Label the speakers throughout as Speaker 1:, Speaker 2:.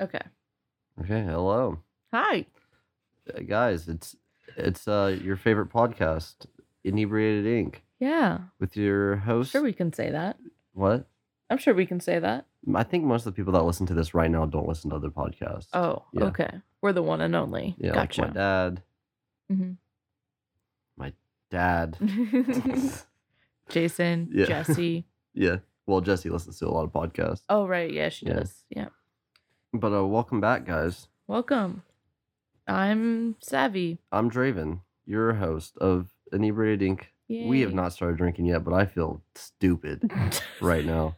Speaker 1: Okay.
Speaker 2: Okay, hello.
Speaker 1: Hi.
Speaker 2: Uh, guys, it's it's uh your favorite podcast, Inebriated Ink,
Speaker 1: Yeah.
Speaker 2: with your
Speaker 1: I'm
Speaker 2: host
Speaker 1: sure we can say that.
Speaker 2: what?
Speaker 1: I'm sure we can say that.
Speaker 2: I think most of the people that listen to this right now don't listen to other podcasts.
Speaker 1: Oh,
Speaker 2: Yeah.
Speaker 1: okay. We're the one and only.
Speaker 2: yeah,
Speaker 1: gotcha.
Speaker 2: like my dad.
Speaker 1: Mhm.
Speaker 2: My dad.
Speaker 1: Jason,
Speaker 2: Yeah.
Speaker 1: Jesse.
Speaker 2: yeah. Well, Jesse listens to a lot of podcasts.
Speaker 1: Oh, right. Yeah, she
Speaker 2: Yeah.
Speaker 1: does. Yeah.
Speaker 2: But uh welcome back, guys.
Speaker 1: Welcome. I'm Savvy.
Speaker 2: I'm Draven, your host of Inebriated Ink. We have
Speaker 1: Yay.
Speaker 2: not started drinking yet, but I feel stupid right now.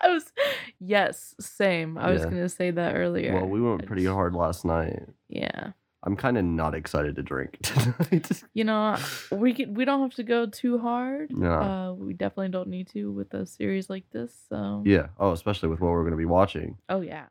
Speaker 1: I was, yes, same. I was
Speaker 2: Yeah.
Speaker 1: going to say that earlier.
Speaker 2: Well, we went
Speaker 1: I
Speaker 2: pretty
Speaker 1: just-
Speaker 2: hard last night.
Speaker 1: Yeah.
Speaker 2: I'm kind of not excited to drink tonight.
Speaker 1: You know, we can, we don't have to go too hard.
Speaker 2: Nah.
Speaker 1: Uh, we definitely don't need to with a series like this. So,
Speaker 2: yeah. Oh, especially with what we're going to be watching.
Speaker 1: oh, yeah.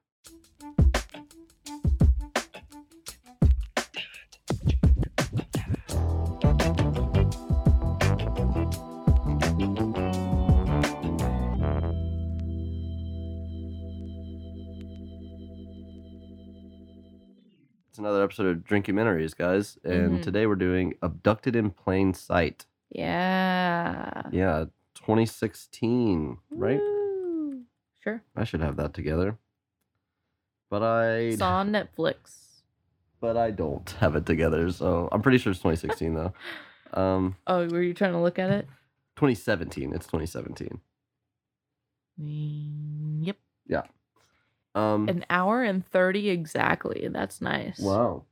Speaker 2: It's another episode of Drinkumentaries, guys. And
Speaker 1: Mhm.
Speaker 2: today we're doing Abducted in Plain Sight.
Speaker 1: Yeah.
Speaker 2: Yeah, 2016, right?
Speaker 1: Woo. Sure.
Speaker 2: I should have that together. But I
Speaker 1: It's on Netflix.
Speaker 2: but I don't have it together. So, I'm pretty sure it's 2016 though. Um
Speaker 1: Oh, were you trying to look at it?
Speaker 2: 2017. It's 2017.
Speaker 1: Mm, Yep.
Speaker 2: Um
Speaker 1: An hour and 30 exactly. That's nice.
Speaker 2: wow.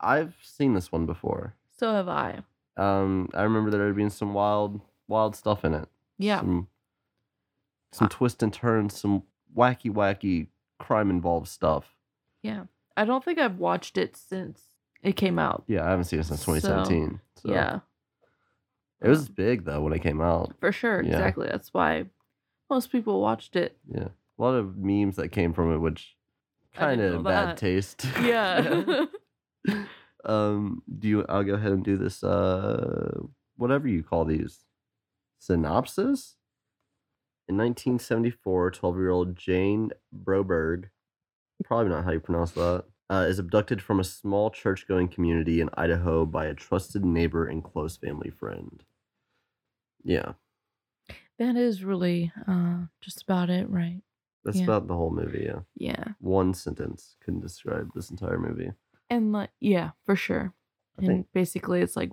Speaker 2: I've seen this one before.
Speaker 1: So have I.
Speaker 2: Um, I remember there being some wild, wild stuff in it.
Speaker 1: Yeah.
Speaker 2: Some, some twists and turns, some wacky, wacky crime involved stuff.
Speaker 1: Yeah. I don't think I've watched it since it came out.
Speaker 2: Yeah, I haven't seen it since
Speaker 1: So,
Speaker 2: 2017. So,
Speaker 1: Yeah.
Speaker 2: it was big though when it came out.
Speaker 1: For sure.
Speaker 2: Yeah.
Speaker 1: Exactly. That's why most people watched it.
Speaker 2: Yeah, a lot of memes that came from it, which
Speaker 1: I
Speaker 2: kind
Speaker 1: didn't
Speaker 2: of
Speaker 1: know
Speaker 2: in
Speaker 1: that.
Speaker 2: bad taste.
Speaker 1: Yeah.
Speaker 2: um, do you? I'll go ahead and do this. Uh, whatever you call these, synopsis. In 1974, 12-year-old Jane Broberg, probably not how you pronounce that, uh, is abducted from a small church-going community in Idaho by a trusted neighbor and close family friend. Yeah,
Speaker 1: that is really uh, just about it, right?
Speaker 2: that's
Speaker 1: Yeah.
Speaker 2: about the whole movie. Yeah,
Speaker 1: Yeah.
Speaker 2: one sentence couldn't describe this entire movie.
Speaker 1: And like, yeah, for sure.
Speaker 2: I
Speaker 1: and
Speaker 2: think
Speaker 1: basically, it's like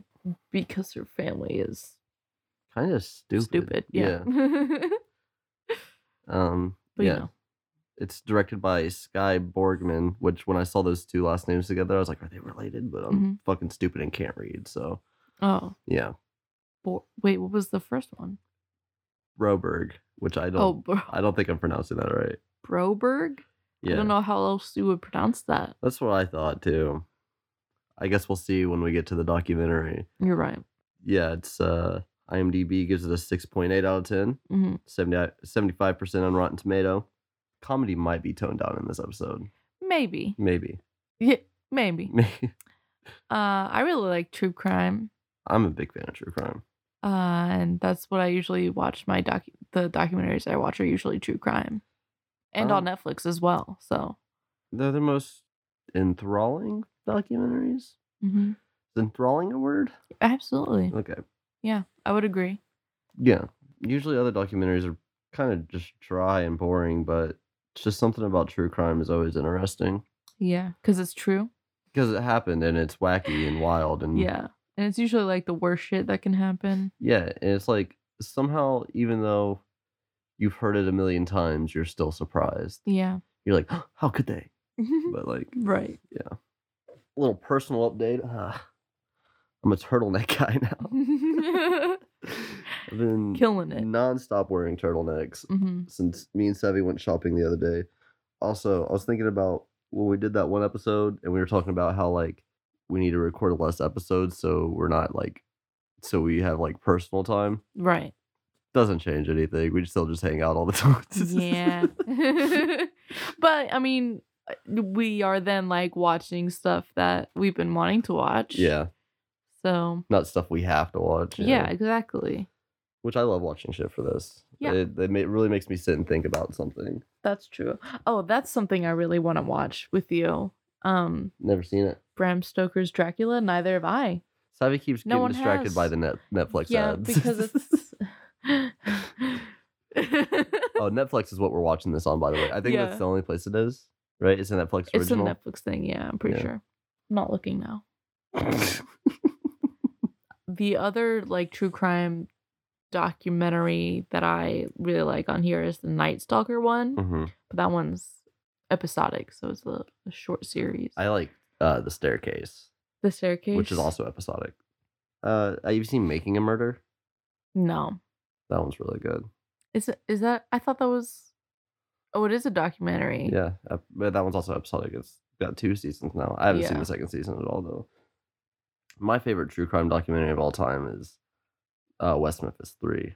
Speaker 1: because her family is
Speaker 2: kind of stupid.
Speaker 1: stupid. Yeah.
Speaker 2: Um.
Speaker 1: but
Speaker 2: yeah.
Speaker 1: you know,
Speaker 2: It's directed by Sky Borgman, which when I saw those two last names together, I was like, are they related? But I'm
Speaker 1: Mhm.
Speaker 2: fucking stupid and can't read. So
Speaker 1: oh,
Speaker 2: yeah,
Speaker 1: bo- wait, what was the first one?
Speaker 2: Broberg, which I don't,
Speaker 1: Oh, Bro-
Speaker 2: I don't think I'm pronouncing that right.
Speaker 1: Broberg?
Speaker 2: Yeah,
Speaker 1: I don't know how else you would pronounce that.
Speaker 2: that's what I thought too. I guess we'll see when we get to the documentary.
Speaker 1: You're right.
Speaker 2: Yeah, it's uh, IMDb gives it a 6.8 out of 10,
Speaker 1: hmm
Speaker 2: 70, 75% on Rotten Tomato. Comedy might be toned down in this episode.
Speaker 1: Maybe.
Speaker 2: Maybe.
Speaker 1: Yeah, maybe. Uh, I really like true crime.
Speaker 2: I'm a big fan of true crime.
Speaker 1: Uh, and that's what I usually watch. My doc, the documentaries I watch are usually true crime, and
Speaker 2: Oh.
Speaker 1: on Netflix as well. So,
Speaker 2: They're the most enthralling documentaries.
Speaker 1: mhm.
Speaker 2: Is enthralling a word?
Speaker 1: absolutely,
Speaker 2: Okay.
Speaker 1: yeah, I would agree.
Speaker 2: Yeah. Usually other documentaries are kind of just dry and boring, but it's just something about true crime is always interesting
Speaker 1: Yeah, because it's true.
Speaker 2: because it happened and it's wacky and wild and
Speaker 1: Yeah. And it's usually like the worst shit that can happen.
Speaker 2: yeah. And it's like somehow, even though you've heard it a million times, you're still surprised.
Speaker 1: Yeah.
Speaker 2: You're like, how could they?
Speaker 1: Mm-hmm.
Speaker 2: But like,
Speaker 1: right.
Speaker 2: a little personal update. Uh, I'm a turtleneck guy now. I've been
Speaker 1: Killing it.
Speaker 2: nonstop wearing turtlenecks
Speaker 1: hmm
Speaker 2: since me and Savvy went shopping the other day. Also, I was thinking about when we did that one episode and we were talking about how like we need to record less episodes so we're not like so we have like personal time.
Speaker 1: Right.
Speaker 2: Doesn't change anything. We still just hang out all the time.
Speaker 1: Yeah. but I mean, we are then like watching stuff that we've been wanting to watch.
Speaker 2: yeah.
Speaker 1: So,
Speaker 2: Not stuff we have to watch. you
Speaker 1: yeah,
Speaker 2: know,
Speaker 1: exactly.
Speaker 2: Which I love watching shit for this.
Speaker 1: Yeah.
Speaker 2: It, it ma- really makes me sit and think about something.
Speaker 1: That's true. Oh, that's something I really want to watch with you. Um,
Speaker 2: Never seen it.
Speaker 1: Bram Stoker's Dracula. Neither have I.
Speaker 2: Savvy keeps
Speaker 1: No
Speaker 2: getting
Speaker 1: one
Speaker 2: distracted by
Speaker 1: has.
Speaker 2: the net, Netflix
Speaker 1: yeah,
Speaker 2: ads.
Speaker 1: because it's.
Speaker 2: oh, Netflix is what we're watching this on, by the way. I think
Speaker 1: Yeah.
Speaker 2: that's the only place it is, right? It's a Netflix
Speaker 1: it's a
Speaker 2: original.
Speaker 1: Netflix thing. Yeah, I'm pretty
Speaker 2: Yeah.
Speaker 1: sure. I'm not looking now. The other like true crime documentary that I really like on here is the Night Stalker one,
Speaker 2: hmm
Speaker 1: but that one's episodic, so it's a, a short series.
Speaker 2: I like uh, The Staircase,
Speaker 1: the Staircase,
Speaker 2: which is also episodic. Uh, have you seen Making a Murder?
Speaker 1: no.
Speaker 2: That one's really good.
Speaker 1: Is it, is that? I thought that was. Oh, it is a documentary.
Speaker 2: Yeah, ep- but that one's also episodic. It's got two seasons now. I haven't seen
Speaker 1: Yeah.
Speaker 2: the second season at all though. My favorite true crime documentary of all time is uh, West Memphis Three.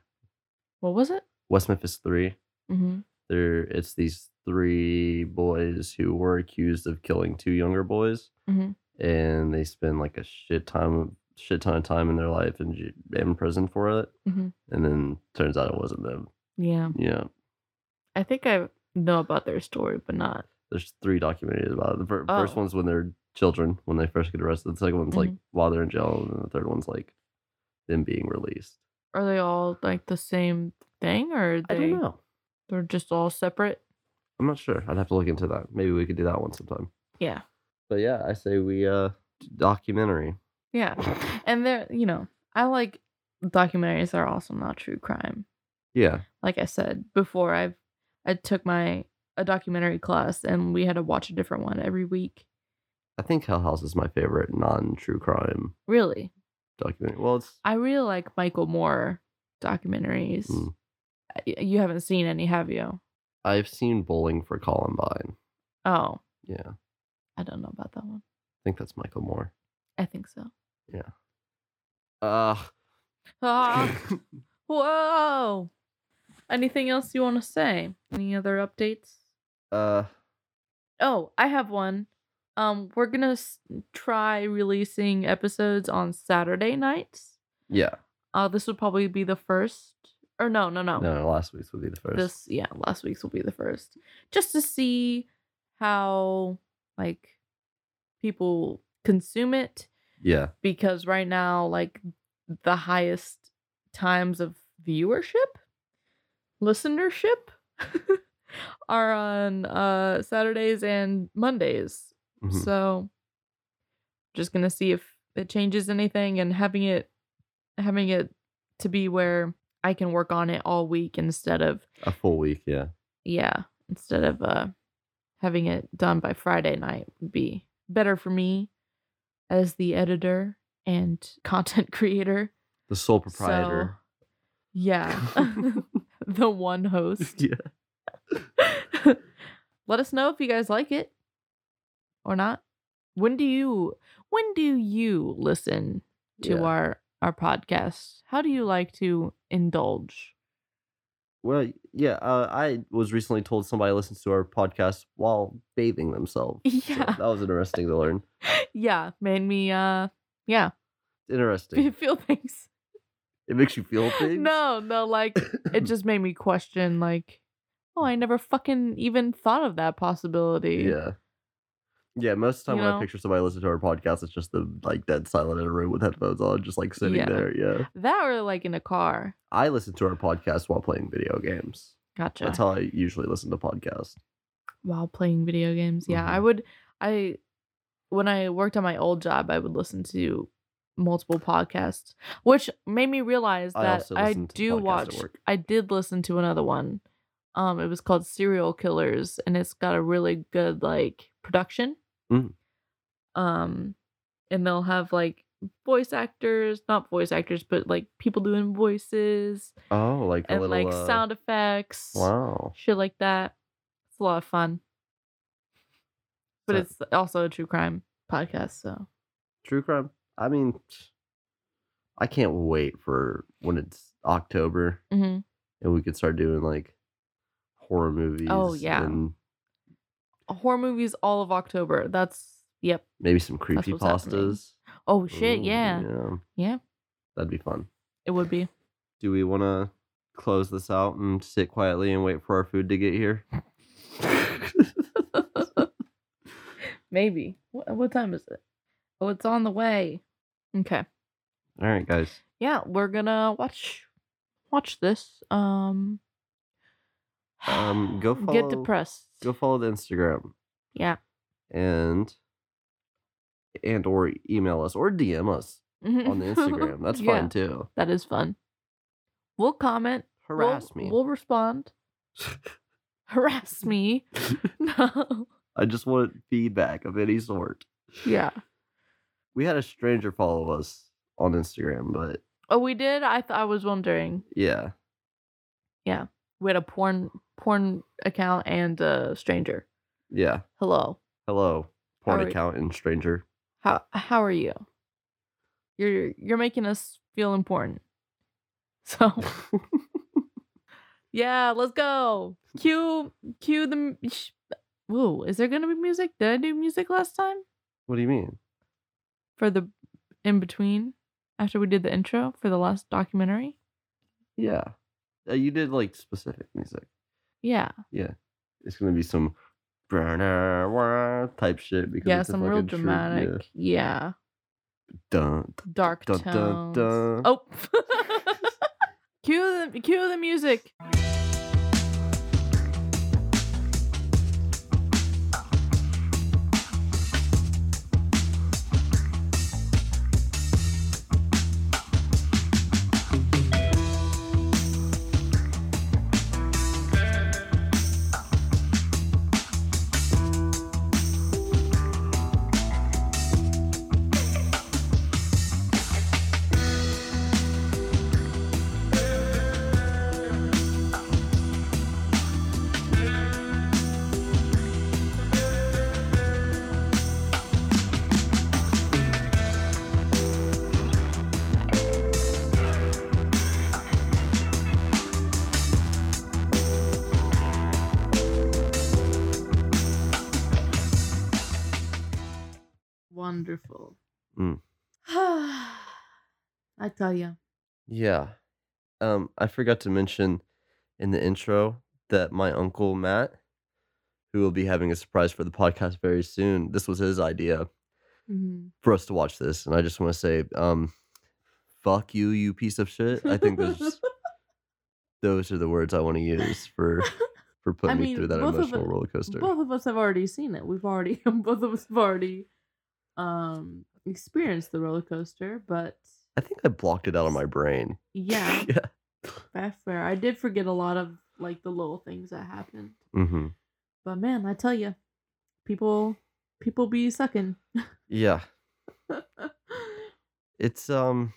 Speaker 1: What was it?
Speaker 2: West Memphis Three.
Speaker 1: Mm-hmm.
Speaker 2: There, it's these three boys who were accused of killing two younger boys,
Speaker 1: Mhm.
Speaker 2: and they spend like a shit time, shit ton of time in their life in ju- in prison for it,
Speaker 1: Mhm.
Speaker 2: and then turns out it wasn't them.
Speaker 1: Yeah,
Speaker 2: Yeah,
Speaker 1: I think I know about their story, but not.
Speaker 2: there's three documentaries about it. The fir- first
Speaker 1: Oh.
Speaker 2: one's when they're children, when they first get arrested. The second one's like while they're in jail, and then the third one's like them being released.
Speaker 1: Are they all like the same thing, or are they
Speaker 2: I don't know.
Speaker 1: they're just all separate?
Speaker 2: I'm not sure. I'd have to look into that. Maybe we could do that one sometime.
Speaker 1: Yeah,
Speaker 2: But yeah, I say we uh documentary.
Speaker 1: yeah, and they're you know I like documentaries that are also not true crime.
Speaker 2: Yeah.
Speaker 1: Like I said before, I've I took my a documentary class and we had to watch a different one every week.
Speaker 2: I think Hell House is my favorite non true crime
Speaker 1: Really,
Speaker 2: documentary. Well, it's
Speaker 1: I really like Michael Moore documentaries. Uh,
Speaker 2: Mm.
Speaker 1: Y- You haven't seen any, have you?
Speaker 2: I've seen Bowling for Columbine.
Speaker 1: Oh,
Speaker 2: Yeah, I
Speaker 1: I don't know about that one.
Speaker 2: think that's Michael Moore.
Speaker 1: I think so.
Speaker 2: Uh,
Speaker 1: Ah, whoa. Anything else you want to say? Any other updates?
Speaker 2: uh,
Speaker 1: Oh, I have one. Um, we're gonna s- try releasing episodes on Saturday nights.
Speaker 2: yeah.
Speaker 1: Uh, this would probably be the first, or no, no, no.
Speaker 2: No, no, last week's would be the first.
Speaker 1: Oh. This, yeah, last week's will be the first, just to see how like people consume it.
Speaker 2: yeah,
Speaker 1: because right now like the highest times of viewership listenership are on uh saturdays and mondays
Speaker 2: Mhm.
Speaker 1: so just gonna see if it changes anything and having it having it to be where i can work on it all week instead of
Speaker 2: a full week. Yeah,
Speaker 1: yeah instead of uh having it done by friday night would be better for me as the editor and content creator
Speaker 2: the sole proprietor.
Speaker 1: yeah the one host
Speaker 2: yeah,
Speaker 1: let us know if you guys like it or not when do you when do you listen to
Speaker 2: yeah.
Speaker 1: our our podcast how do you like to indulge
Speaker 2: Well, yeah. Uh, I was recently told somebody listens to our podcast while bathing themselves. So
Speaker 1: yeah
Speaker 2: that was interesting to learn.
Speaker 1: yeah made me uh yeah
Speaker 2: Interesting.
Speaker 1: feel things
Speaker 2: it makes you feel things.
Speaker 1: No, no, like it just made me question, like, oh, I never fucking even thought of that possibility.
Speaker 2: Yeah. Yeah, most of the time
Speaker 1: You
Speaker 2: when
Speaker 1: know?
Speaker 2: I picture somebody listening to our podcast, it's just them like dead silent in a room with headphones on, just like sitting
Speaker 1: Yeah.
Speaker 2: there. Yeah.
Speaker 1: That or like in a car.
Speaker 2: I listen to our podcast while playing video games.
Speaker 1: Gotcha.
Speaker 2: That's how I usually listen to podcasts.
Speaker 1: While playing video games. Yeah, I
Speaker 2: Mhm.
Speaker 1: would. I when I worked on my old job, I would listen to multiple podcasts, which made me realize
Speaker 2: I
Speaker 1: that
Speaker 2: also
Speaker 1: I,
Speaker 2: listen to podcasts
Speaker 1: do
Speaker 2: at
Speaker 1: watch.
Speaker 2: work.
Speaker 1: I did listen to another one. Um, it was called Serial Killers, and it's got a really good like production.
Speaker 2: Mm.
Speaker 1: Um, and they'll have like voice actors, not voice actors, but like people doing voices
Speaker 2: Oh, like a
Speaker 1: and
Speaker 2: little
Speaker 1: like
Speaker 2: uh,
Speaker 1: sound effects
Speaker 2: Wow.
Speaker 1: shit like that. It's a lot of fun. But
Speaker 2: So-
Speaker 1: it's also a true crime podcast, so
Speaker 2: True crime. I mean, I can't wait for when it's October
Speaker 1: Mhm.
Speaker 2: and we could start doing like horror movies.
Speaker 1: Oh, yeah.
Speaker 2: And
Speaker 1: horror movies all of October. That's yep.
Speaker 2: maybe some
Speaker 1: That's
Speaker 2: creepy
Speaker 1: what's happening.
Speaker 2: pastas.
Speaker 1: Oh shit, yeah.
Speaker 2: yeah.
Speaker 1: Yeah.
Speaker 2: That'd be fun.
Speaker 1: It would be.
Speaker 2: Do we want to close this out and sit quietly and wait for our food to get here?
Speaker 1: Maybe. What, what time is it? Oh, it's on the way. Okay.
Speaker 2: All right, guys.
Speaker 1: Yeah, we're gonna watch watch this. Um.
Speaker 2: Um, go
Speaker 1: Get
Speaker 2: follow-
Speaker 1: depressed.
Speaker 2: Go follow the Instagram
Speaker 1: yeah.
Speaker 2: and and or email us or DM us on the Instagram. That's
Speaker 1: Yeah,
Speaker 2: fun too.
Speaker 1: That is fun. We'll comment. we'll-
Speaker 2: Harass me.
Speaker 1: We'll respond. Harass me. no.
Speaker 2: I just want feedback of any sort.
Speaker 1: Yeah.
Speaker 2: We had a stranger follow us on Instagram, but
Speaker 1: Oh, we did. I th- I was wondering.
Speaker 2: yeah,
Speaker 1: We had a porn porn account and a stranger.
Speaker 2: yeah.
Speaker 1: Hello.
Speaker 2: Hello, porn
Speaker 1: Alright.
Speaker 2: account and stranger.
Speaker 1: How how are you? You're you're making us feel important. So yeah, let's go. Cue cue the. m- sh- Whoa, is there gonna be music? Did I do music last time
Speaker 2: What do you mean?
Speaker 1: for the in between after we did the intro for the last documentary?
Speaker 2: Yeah, Uh, you did like specific music.
Speaker 1: Yeah,
Speaker 2: It's gonna be some burner wah type shit because
Speaker 1: yeah,
Speaker 2: it's a
Speaker 1: some real
Speaker 2: fucking true-
Speaker 1: dramatic.
Speaker 2: yeah.
Speaker 1: yeah.
Speaker 2: Dun,
Speaker 1: dark
Speaker 2: Dun, dun,
Speaker 1: tones.
Speaker 2: dun.
Speaker 1: Oh. cue the cue the music. Wonderful.
Speaker 2: Mm.
Speaker 1: I tell you.
Speaker 2: Yeah. Um, I forgot to mention in the intro that my uncle Matt, who will be having a surprise for the podcast very soon, this was his idea
Speaker 1: Mm-hmm.
Speaker 2: for us to watch this, and I just want to say, um, fuck you, you piece of shit. I think those those are the words I want to use for for putting me
Speaker 1: mean,
Speaker 2: through that
Speaker 1: both of
Speaker 2: emotional
Speaker 1: it-
Speaker 2: roller coaster.
Speaker 1: both of us have already seen it. We've already both of us have already um experienced the roller coaster, but
Speaker 2: I think I blocked it out of my brain.
Speaker 1: yeah,
Speaker 2: yeah.
Speaker 1: that's fair. I did forget a lot of like the little things that happened.
Speaker 2: Mm-hmm.
Speaker 1: But man, I tell you, people people be sucking.
Speaker 2: Yeah. It's um,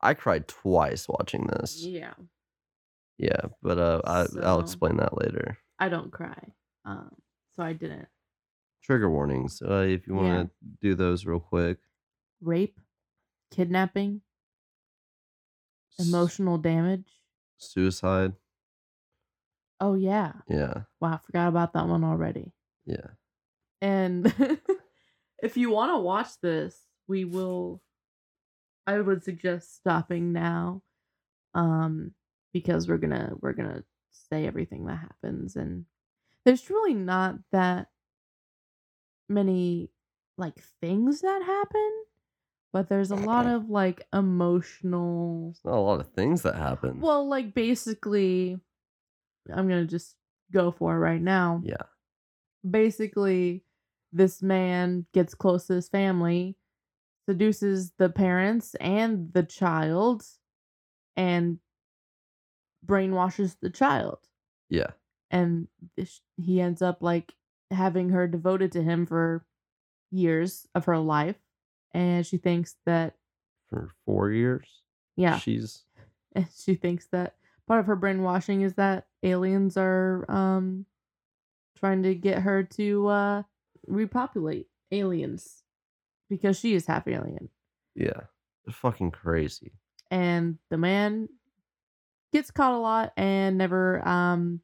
Speaker 2: I cried twice watching this.
Speaker 1: yeah,
Speaker 2: Yeah, but uh, I, I'll
Speaker 1: So-
Speaker 2: explain that later.
Speaker 1: I don't cry, um, so I didn't
Speaker 2: Trigger warnings. Uh, if you want to do those real quick.
Speaker 1: rape, kidnapping,
Speaker 2: S-
Speaker 1: emotional damage.
Speaker 2: Suicide.
Speaker 1: Oh yeah,
Speaker 2: Yeah.
Speaker 1: wow, I forgot about that one already.
Speaker 2: Yeah.
Speaker 1: And if you want to watch this, we will. I would suggest stopping now, um, because we're gonna we're gonna say everything that happens, and there's really not that many like things that happen, but there's a lot of like emotional.
Speaker 2: Not a lot of things that happen.
Speaker 1: Well, like basically, I'm gonna just go for it right now
Speaker 2: yeah.
Speaker 1: basically this man gets close to his family seduces the parents and the child and brainwashes the child
Speaker 2: Yeah.
Speaker 1: and this- he ends up like having her devoted to him for years of her life and she thinks that
Speaker 2: For four years.
Speaker 1: yeah
Speaker 2: She's
Speaker 1: and she thinks that part of her brainwashing is that aliens are um trying to get her to uh repopulate aliens because she is half alien
Speaker 2: yeah. Fucking crazy.
Speaker 1: and the man gets caught a lot and never um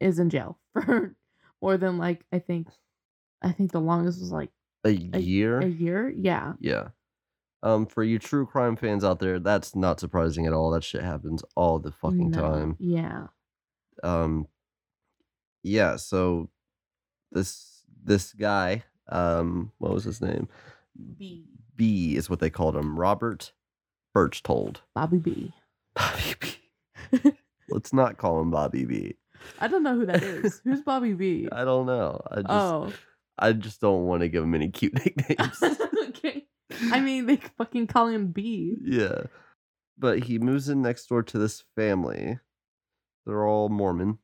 Speaker 1: is in jail for more than like i think i think the longest was like
Speaker 2: A
Speaker 1: a
Speaker 2: year.
Speaker 1: a year yeah
Speaker 2: yeah. Um, for you true crime fans out there, that's not surprising at all. That shit happens all the fucking
Speaker 1: No.
Speaker 2: time.
Speaker 1: Yeah.
Speaker 2: Um, yeah. So this this guy, um, what was his name?
Speaker 1: B.
Speaker 2: B is what they called him. Robert Birchtold.
Speaker 1: Bobby B.
Speaker 2: Bobby B. Let's not call him Bobby B.
Speaker 1: I don't know who that is. Who's Bobby B?
Speaker 2: I don't know. I just
Speaker 1: Oh.
Speaker 2: I just don't want to give him any cute nicknames.
Speaker 1: okay. I mean, they fucking call him B.
Speaker 2: yeah. But he moves in next door to this family. They're all Mormon.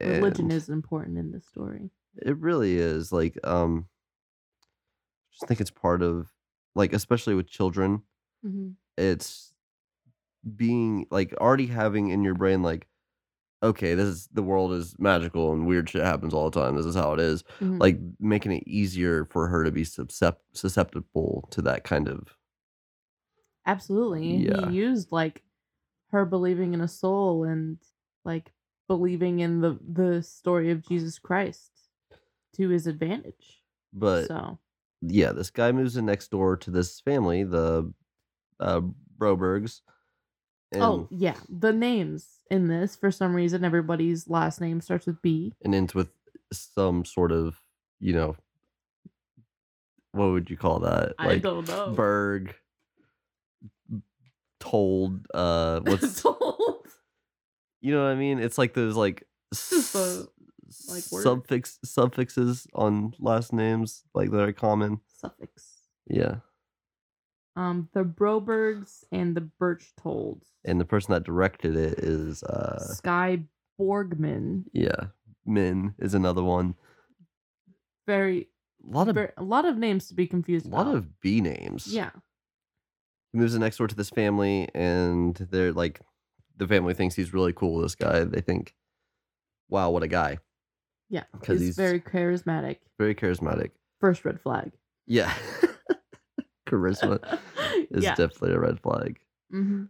Speaker 1: Religion
Speaker 2: And
Speaker 1: is important in this story.
Speaker 2: It really is. Like, um, I just think it's part of, like, especially with children,
Speaker 1: Mhm.
Speaker 2: it's being, like, already having in your brain, like, okay, this is the world is magical and weird shit happens all the time. This is how it is.
Speaker 1: Mhm.
Speaker 2: like making it easier for her to be suscept- susceptible to that kind of
Speaker 1: Absolutely. and
Speaker 2: Yeah.
Speaker 1: He used like her believing in a soul and like believing in the the story of Jesus Christ to his advantage.
Speaker 2: but
Speaker 1: so
Speaker 2: yeah this guy moves in next door to this family the uh brobergs and,
Speaker 1: Oh yeah. The names in this, for some reason everybody's last name starts with B.
Speaker 2: and ends with some sort of you know what would you call that like
Speaker 1: don't know.
Speaker 2: berg told uh what's
Speaker 1: told.
Speaker 2: you know what i mean it's like those like
Speaker 1: Just a,
Speaker 2: s-
Speaker 1: like, word.
Speaker 2: suffix suffixes on last names like that are common
Speaker 1: Suffix.
Speaker 2: yeah
Speaker 1: Um, the Brobergs and the Birchtolds.
Speaker 2: and the person that directed it is uh
Speaker 1: Sky Borgman.
Speaker 2: yeah min is another one
Speaker 1: Very,
Speaker 2: a lot of
Speaker 1: very a lot of names to be confused.
Speaker 2: Hmm. a lot
Speaker 1: about.
Speaker 2: of b names
Speaker 1: yeah.
Speaker 2: he moves in next door to this family and they're like the family thinks he's really cool this guy they think wow what a guy
Speaker 1: Yeah,
Speaker 2: 'Cause
Speaker 1: he's,
Speaker 2: he's-
Speaker 1: very charismatic.
Speaker 2: very charismatic
Speaker 1: First red flag.
Speaker 2: yeah charisma Uh, is
Speaker 1: yeah.
Speaker 2: definitely a red flag
Speaker 1: hmm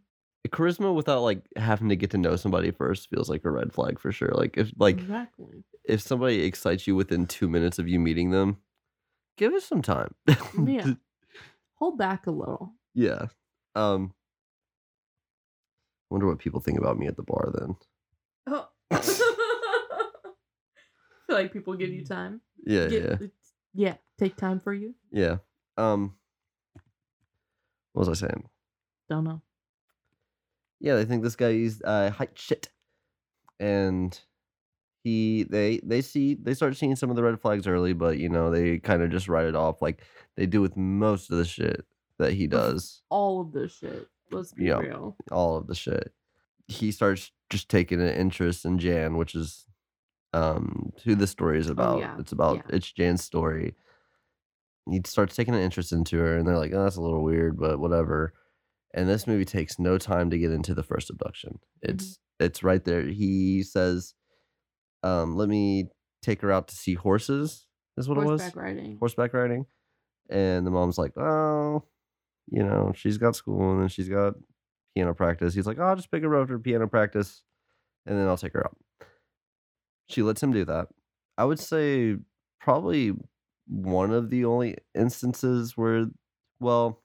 Speaker 2: charisma without like having to get to know somebody first feels like a red flag for sure like if like
Speaker 1: Mm-hmm. exactly.
Speaker 2: if somebody excites you within two minutes of you meeting them, give it some time.
Speaker 1: Yeah. Hold back a little.
Speaker 2: yeah. Um. I wonder what people think about me at the bar then.
Speaker 1: Oh. feel like people give you time.
Speaker 2: Yeah, yeah,
Speaker 1: Mm. Get- yeah. Take time for you.
Speaker 2: yeah. Um. What was I saying?
Speaker 1: Don't know.
Speaker 2: Yeah, they think this guy is uh hot shit, and he they they see they start seeing some of the red flags early, but you know they kind of just write it off like they do with most of the shit that he does.
Speaker 1: All of this shit. Let's be
Speaker 2: Yeah.
Speaker 1: real.
Speaker 2: all of the shit. He starts just taking an interest in Jan, which is um who the story is about.
Speaker 1: Oh, yeah.
Speaker 2: It's about
Speaker 1: Yeah.
Speaker 2: it's Jan's story. He starts taking an interest into her, and they're like, "Oh, that's a little weird, but whatever." And this movie takes no time to get into the first abduction. It's
Speaker 1: Mm-hmm.
Speaker 2: it's right there. He says, um, "Let me take her out to see horses." Is what it was
Speaker 1: Horseback riding.
Speaker 2: horseback riding. And the mom's like, oh, you know, she's got school and then she's got piano practice. He's like, oh, I'll just pick her up for piano practice and then I'll take her out. She lets him do that. I would say probably one of the only instances where, well,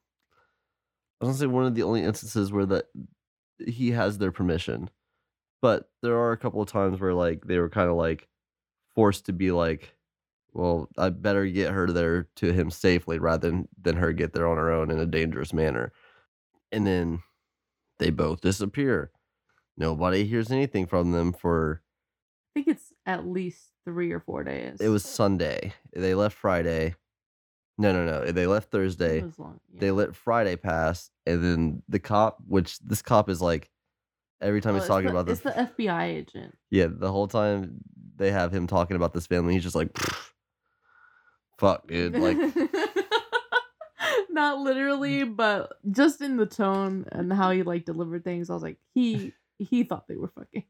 Speaker 2: I was gonna say one of the only instances where that he has their permission, but there are a couple of times where like they were kind of like forced to be like, well, I better get her there to him safely rather than, than her get there on her own in a dangerous manner. And then they both disappear. Nobody hears anything from them for
Speaker 1: I think it's at least three or four days.
Speaker 2: it was Sunday. They left Friday. No, no, no. They left Thursday.
Speaker 1: It was long. Oh, yeah.
Speaker 2: They let Friday pass, and then the cop, which this cop is like, every time
Speaker 1: Well,
Speaker 2: he's
Speaker 1: Oh, it's
Speaker 2: talking
Speaker 1: the-
Speaker 2: about this,
Speaker 1: It's the FBI agent.
Speaker 2: yeah, the whole time they have him talking about this family, he's just like, "Fuck, dude!" Like,
Speaker 1: not literally, but just in the tone and how he like delivered things, I was like, he he thought they were fucking.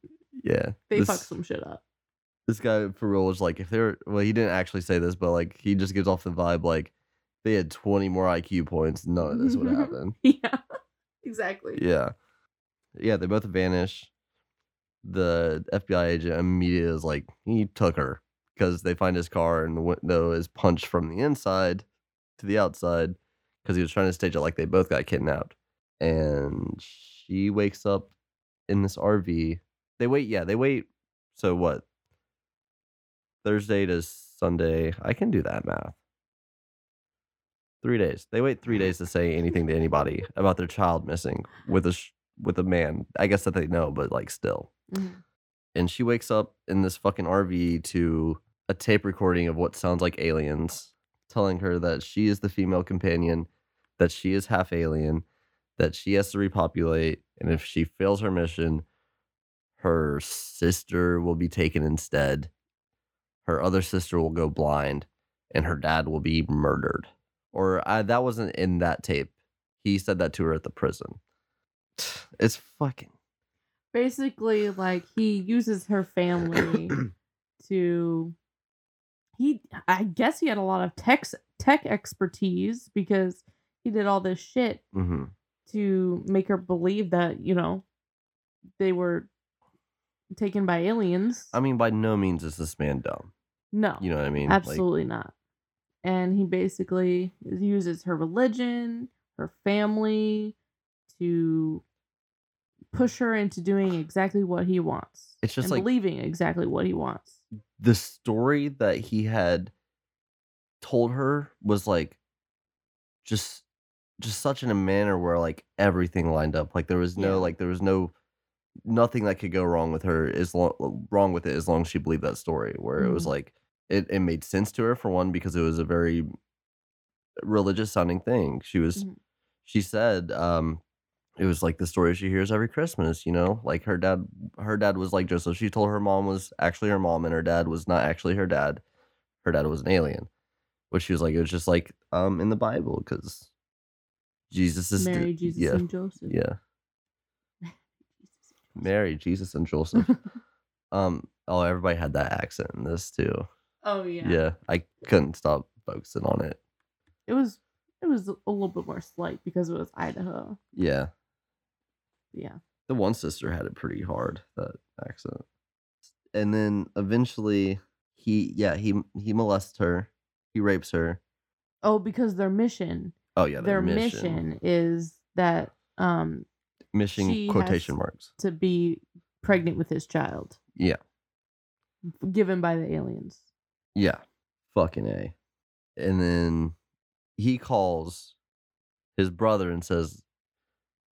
Speaker 2: yeah,
Speaker 1: They
Speaker 2: this,
Speaker 1: fucked some shit up.
Speaker 2: This guy for real was like, if they were, well, he didn't actually say this, but like, he just gives off the vibe like, if they had twenty more IQ points, none of this would happen.
Speaker 1: Yeah, exactly.
Speaker 2: Yeah. Yeah, they both vanish. The FBI agent immediately is like, he took her because they find his car and the window is punched from the inside to the outside, because he was trying to stage it like they both got kidnapped. And she wakes up in this RV. They wait, yeah, they wait. So what? Thursday to Sunday. I can do that math. Three days. They wait three days to say anything to anybody about their child missing with a sh- with a man. I guess that they know, but like still.
Speaker 1: Mhm.
Speaker 2: And she wakes up in this fucking RV to a tape recording of what sounds like aliens telling her that she is the female companion, that she is half alien, that she has to repopulate, and if she fails her mission, her sister will be taken instead. Her other sister will go blind, and her dad will be murdered. Or I, that wasn't in that tape. He said that to her at the prison. It's fucking
Speaker 1: Basically, like he uses her family to. He, I guess, he had a lot of tech tech expertise because he did all this shit
Speaker 2: hmm
Speaker 1: to make her believe that you know they were taken by aliens.
Speaker 2: I mean, by no means is this man dumb.
Speaker 1: no,
Speaker 2: You know what I mean? Like,
Speaker 1: absolutely not. And he basically uses her religion, her family, to push her into doing exactly what he wants.
Speaker 2: It's just
Speaker 1: and
Speaker 2: like-
Speaker 1: believing exactly what he wants.
Speaker 2: the story that he had told her was like just just such in a manner where like everything lined up like there was no
Speaker 1: Yeah.
Speaker 2: like there was no nothing that could go wrong with her as long wrong with it as long as she believed that story where it was
Speaker 1: Mhm.
Speaker 2: like it, it made sense to her for one because it was a very religious sounding thing she was
Speaker 1: Mhm.
Speaker 2: she said um it was like the story she hears every christmas you know like her dad her dad was like joseph she told her mom was actually her mom and her dad was not actually her dad her dad was an alien but she was like it was just like um in the bible because jesus is the-
Speaker 1: Mary, Jesus,
Speaker 2: yeah
Speaker 1: and Joseph.
Speaker 2: yeah Mary, Jesus, and Joseph. um. Oh, everybody had that accent in this too.
Speaker 1: Oh
Speaker 2: Yeah.
Speaker 1: yeah.
Speaker 2: I couldn't stop focusing on it.
Speaker 1: It was it was a little bit more slight because it was Idaho.
Speaker 2: Yeah,
Speaker 1: Yeah.
Speaker 2: the one sister had it pretty hard that accent, and then eventually he, yeah, he he molests her, he rapes her.
Speaker 1: Oh, because their mission
Speaker 2: Oh yeah,
Speaker 1: their mission is that um
Speaker 2: mission,
Speaker 1: she
Speaker 2: quotation
Speaker 1: has-
Speaker 2: marks.
Speaker 1: to be pregnant with his child
Speaker 2: Yeah.
Speaker 1: given by the aliens
Speaker 2: Yeah. Fucking A. And then he calls his brother and says,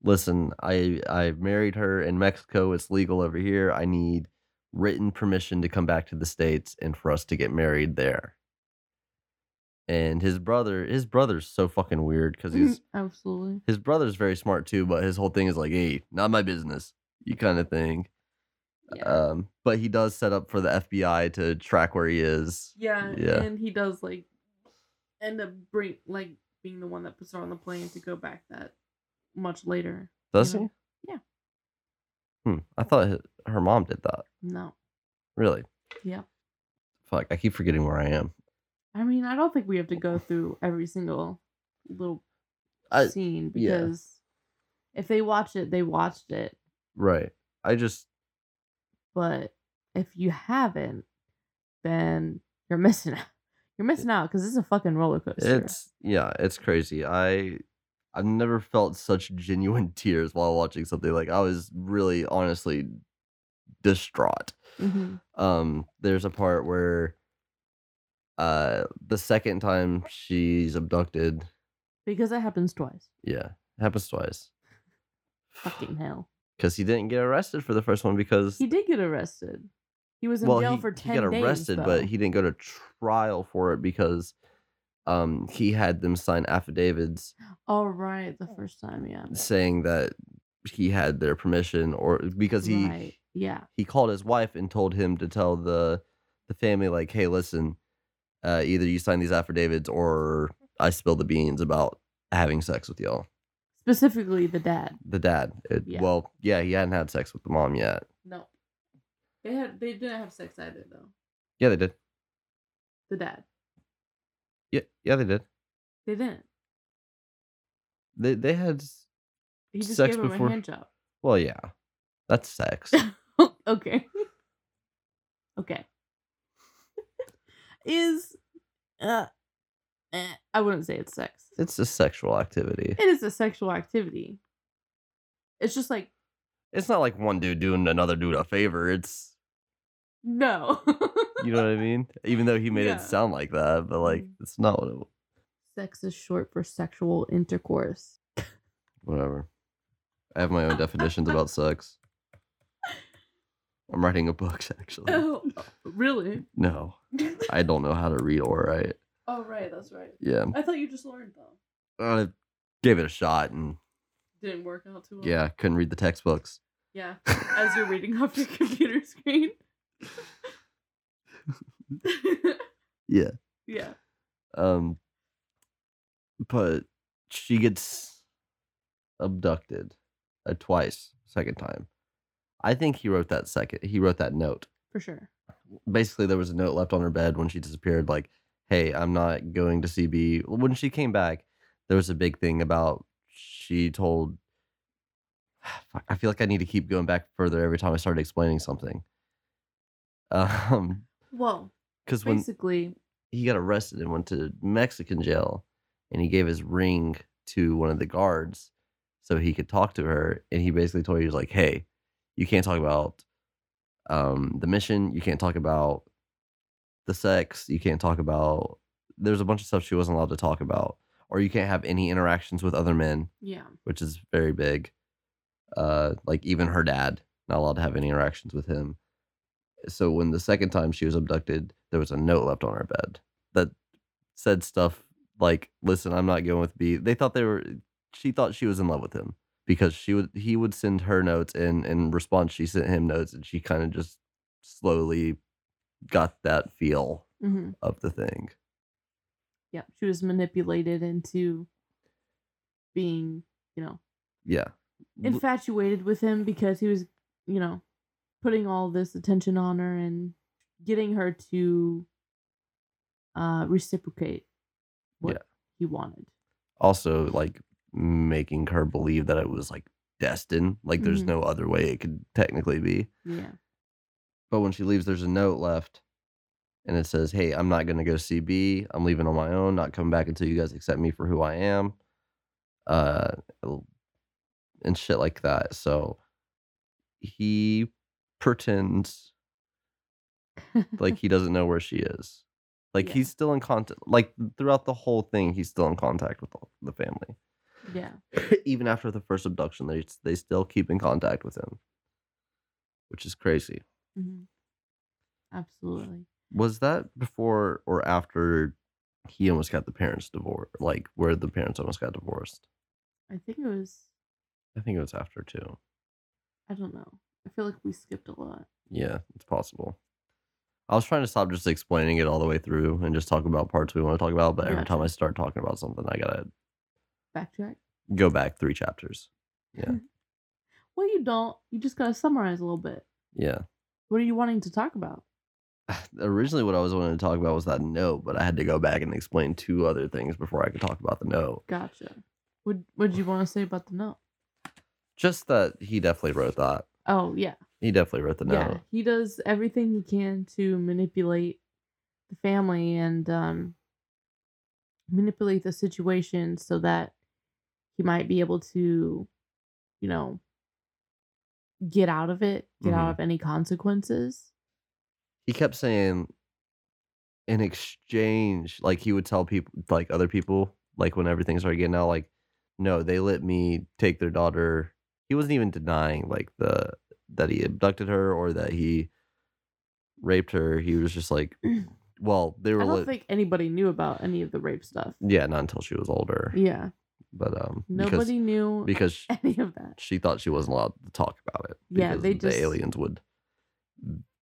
Speaker 2: Listen, I I married her in Mexico. It's legal over here. I need written permission to come back to the States and for us to get married there. And his brother, his brother's so fucking weird because
Speaker 1: Mm-hmm.
Speaker 2: he's
Speaker 1: absolutely
Speaker 2: his brother's very smart too, but his whole thing is like, hey, not my business, you kind of thing.
Speaker 1: yeah.
Speaker 2: Um, but he does set up for the FBI to track where he is.
Speaker 1: yeah
Speaker 2: yeah.
Speaker 1: and he does like end up bring like being the one that puts her on the plane to go back that much later
Speaker 2: Does
Speaker 1: Yeah.
Speaker 2: he?
Speaker 1: Mm-hmm. Yeah.
Speaker 2: Hmm. I thought h- her mom did that.
Speaker 1: no
Speaker 2: Really?
Speaker 1: Yeah.
Speaker 2: Fuck. I keep forgetting where I am.
Speaker 1: i mean i don't think we have to go through every single little
Speaker 2: Oh. I
Speaker 1: scene
Speaker 2: yeah.
Speaker 1: because if they watch it they watched it
Speaker 2: right. I just
Speaker 1: but if you haven't, then you're missing out. You're missing out because it's a fucking roller coaster.
Speaker 2: it's yeah, it's crazy. I I've never felt such genuine tears while watching something like I was really honestly distraught.
Speaker 1: Mhm.
Speaker 2: um there's a part where uh the second time she's abducted
Speaker 1: because it happens twice.
Speaker 2: yeah happens twice
Speaker 1: Fucking hell!
Speaker 2: because he didn't get arrested for the first one because
Speaker 1: He did get arrested. He was in
Speaker 2: well
Speaker 1: jail
Speaker 2: he,
Speaker 1: for
Speaker 2: he
Speaker 1: ten
Speaker 2: got
Speaker 1: days.
Speaker 2: arrested
Speaker 1: though.
Speaker 2: but he didn't go to trial for it because um he had them sign affidavits
Speaker 1: All Oh, right, the first time, yeah.
Speaker 2: saying that he had their permission or because he
Speaker 1: right. Yeah.
Speaker 2: he called his wife and told him to tell the the family like hey listen uh, either you sign these affidavits or i spill the beans about having sex with y'all
Speaker 1: Specifically, the dad.
Speaker 2: the dad it,
Speaker 1: Yeah.
Speaker 2: well yeah he hadn't had sex with the mom yet
Speaker 1: No, they had. They didn't have sex either, though.
Speaker 2: yeah they did
Speaker 1: The dad.
Speaker 2: yeah yeah they did
Speaker 1: They didn't.
Speaker 2: they, they had s-
Speaker 1: He just
Speaker 2: Sex
Speaker 1: gave him
Speaker 2: before-
Speaker 1: a hand job.
Speaker 2: well yeah that's sex
Speaker 1: okay. okay. Is uh eh, I wouldn't say it's sex.
Speaker 2: It's a sexual activity.
Speaker 1: It is a sexual activity. It's just like
Speaker 2: It's not like one dude doing another dude a favor. It's
Speaker 1: no.
Speaker 2: you know what I mean. Even though he made
Speaker 1: Yeah.
Speaker 2: it sound like that, but like
Speaker 1: Mhm.
Speaker 2: it's not what it,
Speaker 1: sex is short for sexual intercourse.
Speaker 2: whatever. I have my own definitions about sex. I'm writing a book actually.
Speaker 1: Oh, really?
Speaker 2: No, I don't know how to read or write.
Speaker 1: oh, right. That's right.
Speaker 2: Yeah,
Speaker 1: I thought you just learned though.
Speaker 2: I gave it a shot and
Speaker 1: Didn't work out too well.
Speaker 2: yeah, couldn't read the textbooks.
Speaker 1: Yeah. As you're reading off your computer screen.
Speaker 2: Yeah.
Speaker 1: Yeah.
Speaker 2: Um, but she gets abducted uh, twice, second time. I think he wrote that second. He wrote that note.
Speaker 1: For sure.
Speaker 2: Basically, there was a note left on her bed when she disappeared. Like, hey, I'm not going to CB. When she came back, there was a big thing about she told. Fuck, I feel like I need to keep going back further every time I started explaining something. Um,
Speaker 1: Well,
Speaker 2: because when
Speaker 1: basically,
Speaker 2: he got arrested and went to Mexican jail and he gave his ring to one of the guards so he could talk to her and he basically told her he was like, Hey, you can't talk about um the mission, you can't talk about the sex, you can't talk about there's a bunch of stuff she wasn't allowed to talk about. Or you can't have any interactions with other men,
Speaker 1: yeah.
Speaker 2: which is very big. Uh like even her dad, not allowed to have any interactions with him. So when the second time she was abducted, there was a note left on her bed that said stuff like, "Listen, I'm not going with B." They thought they were. She thought she was in love with him because she would. He would send her notes, and in response, she sent him notes, and she kind of just slowly got that feel
Speaker 1: Mm-hmm.
Speaker 2: of the thing.
Speaker 1: Yeah. She was manipulated into being, you know,
Speaker 2: Yeah. L-
Speaker 1: infatuated with him because he was, you know, putting all this attention on her and getting her to uh reciprocate what
Speaker 2: Yeah.
Speaker 1: he wanted.
Speaker 2: also like making her believe that it was like destined. Like there's
Speaker 1: Mhm.
Speaker 2: no other way it could technically be.
Speaker 1: Yeah.
Speaker 2: But when she leaves, there's a note left, and it says, "Hey, I'm not gonna go CB. I'm leaving on my own. Not coming back until you guys accept me for who I am." Uh, l- and shit like that. So he pretends like he doesn't know where she is. Like
Speaker 1: Yeah.
Speaker 2: he's still in contact. Like throughout the whole thing, he's still in contact with all- the family.
Speaker 1: yeah.
Speaker 2: Even after the first abduction, they they still keep in contact with him, which is crazy.
Speaker 1: hmm Absolutely.
Speaker 2: was that before or after he almost got the parents divorced like where the parents almost got divorced
Speaker 1: I think it was
Speaker 2: i think it was after too
Speaker 1: I don't know. I feel like we skipped a lot.
Speaker 2: yeah it's possible i was trying to stop just explaining it all the way through and just talk about parts we want to talk about but every time i start talking about something i gotta
Speaker 1: Backtrack.
Speaker 2: go back three chapters Yeah.
Speaker 1: well, you don't. You just gotta summarize a little bit.
Speaker 2: yeah
Speaker 1: What are you wanting to talk about?
Speaker 2: originally what i was wanting to talk about was that note but i had to go back and explain two other things before i could talk about the note
Speaker 1: Gotcha. What What did you want to say about the note?
Speaker 2: just that he definitely wrote that
Speaker 1: Oh yeah,
Speaker 2: he definitely wrote the note
Speaker 1: yeah. He does everything he can to manipulate the family and um, manipulate the situation so that he might be able to, you know, get out of it, get
Speaker 2: Mm-hmm.
Speaker 1: out of any consequences.
Speaker 2: he kept saying in exchange like he would tell people like other people like when everything started getting out like no they let me take their daughter he wasn't even denying like the that he abducted her or that he raped her he was just like well they were
Speaker 1: Mm. I don't
Speaker 2: let-
Speaker 1: think anybody knew about any of the rape stuff.
Speaker 2: yeah not until she was older
Speaker 1: Yeah,
Speaker 2: but um
Speaker 1: nobody knew
Speaker 2: because, because
Speaker 1: any of that.
Speaker 2: she thought she wasn't allowed to talk about it
Speaker 1: Yeah,
Speaker 2: because
Speaker 1: they just-
Speaker 2: the aliens would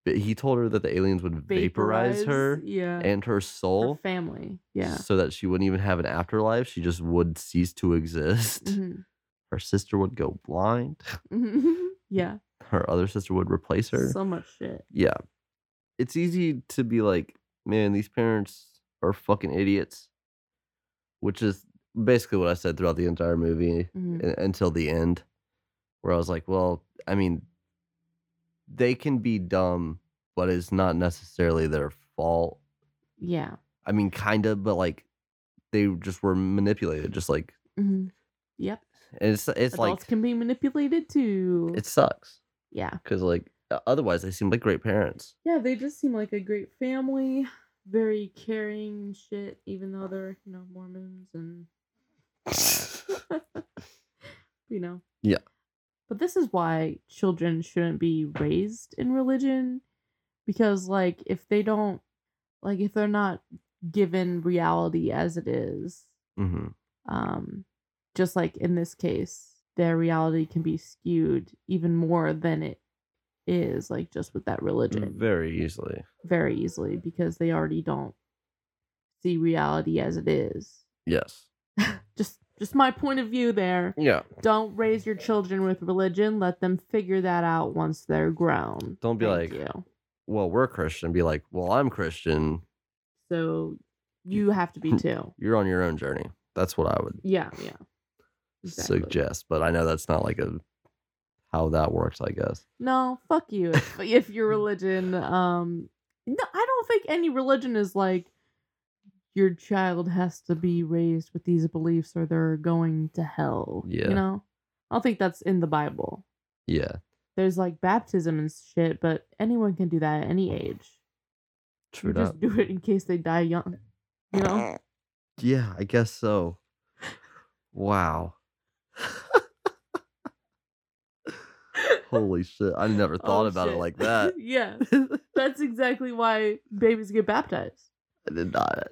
Speaker 2: but he told her that the aliens would vaporize, her
Speaker 1: Yeah.
Speaker 2: and her
Speaker 1: her
Speaker 2: soul
Speaker 1: family. Yeah.
Speaker 2: so that she wouldn't even have an afterlife. She just would cease to exist.
Speaker 1: Mhm.
Speaker 2: Her sister would go blind.
Speaker 1: Mhm. yeah.
Speaker 2: Her other sister would replace her.
Speaker 1: So much shit.
Speaker 2: yeah. It's easy to be like, man, these parents are fucking idiots, which is basically what I said throughout the entire movie
Speaker 1: Mhm.
Speaker 2: u- until the end, where I was like, well, I mean, they can be dumb, but it's not necessarily their fault.
Speaker 1: Yeah.
Speaker 2: I mean, kind of, but like they just were manipulated, just like
Speaker 1: Mhm. Yep.
Speaker 2: and it's it's
Speaker 1: Adults
Speaker 2: like
Speaker 1: can be manipulated too.
Speaker 2: it sucks
Speaker 1: yeah.
Speaker 2: because like o- otherwise they seem like great parents.
Speaker 1: Yeah, they just seem like a great family. Very caring and shit, even though they're, you know, Mormons and you know.
Speaker 2: Yeah.
Speaker 1: But this is why children shouldn't be raised in religion because like if they don't like if they're not given reality as it is,
Speaker 2: hmm
Speaker 1: um just like in this case, their reality can be skewed even more than it is like just with
Speaker 2: Mm,
Speaker 1: that religion
Speaker 2: Very easily.
Speaker 1: very easily because they already don't see reality as it is.
Speaker 2: Yes.
Speaker 1: Just just my point of view there.
Speaker 2: Yeah.
Speaker 1: Don't raise your children with religion. Let them figure that out once they're grown.
Speaker 2: Don't be
Speaker 1: Thank
Speaker 2: like-
Speaker 1: you.
Speaker 2: Well, we're Christian. Be like, well, I'm Christian.
Speaker 1: So you have to be too.
Speaker 2: You're on your own journey. That's what I would
Speaker 1: Yeah, yeah. Exactly.
Speaker 2: suggest. But I know that's not like a how that works. I guess.
Speaker 1: No, fuck you. If, if your religion, um, no, I don't think any religion is like your child has to be raised with these beliefs or they're going to hell.
Speaker 2: Yeah.
Speaker 1: You know, I don't think that's in the Bible.
Speaker 2: Yeah.
Speaker 1: There's like baptism and shit, but anyone can do that at any age.
Speaker 2: True
Speaker 1: you just
Speaker 2: that.
Speaker 1: do it in case they die young. You know,
Speaker 2: Yeah, I guess so. Wow. Holy shit! I never thought
Speaker 1: Oh,
Speaker 2: about it
Speaker 1: shit.
Speaker 2: like that.
Speaker 1: yeah,
Speaker 2: I
Speaker 1: that's exactly why babies get baptized.
Speaker 2: did not.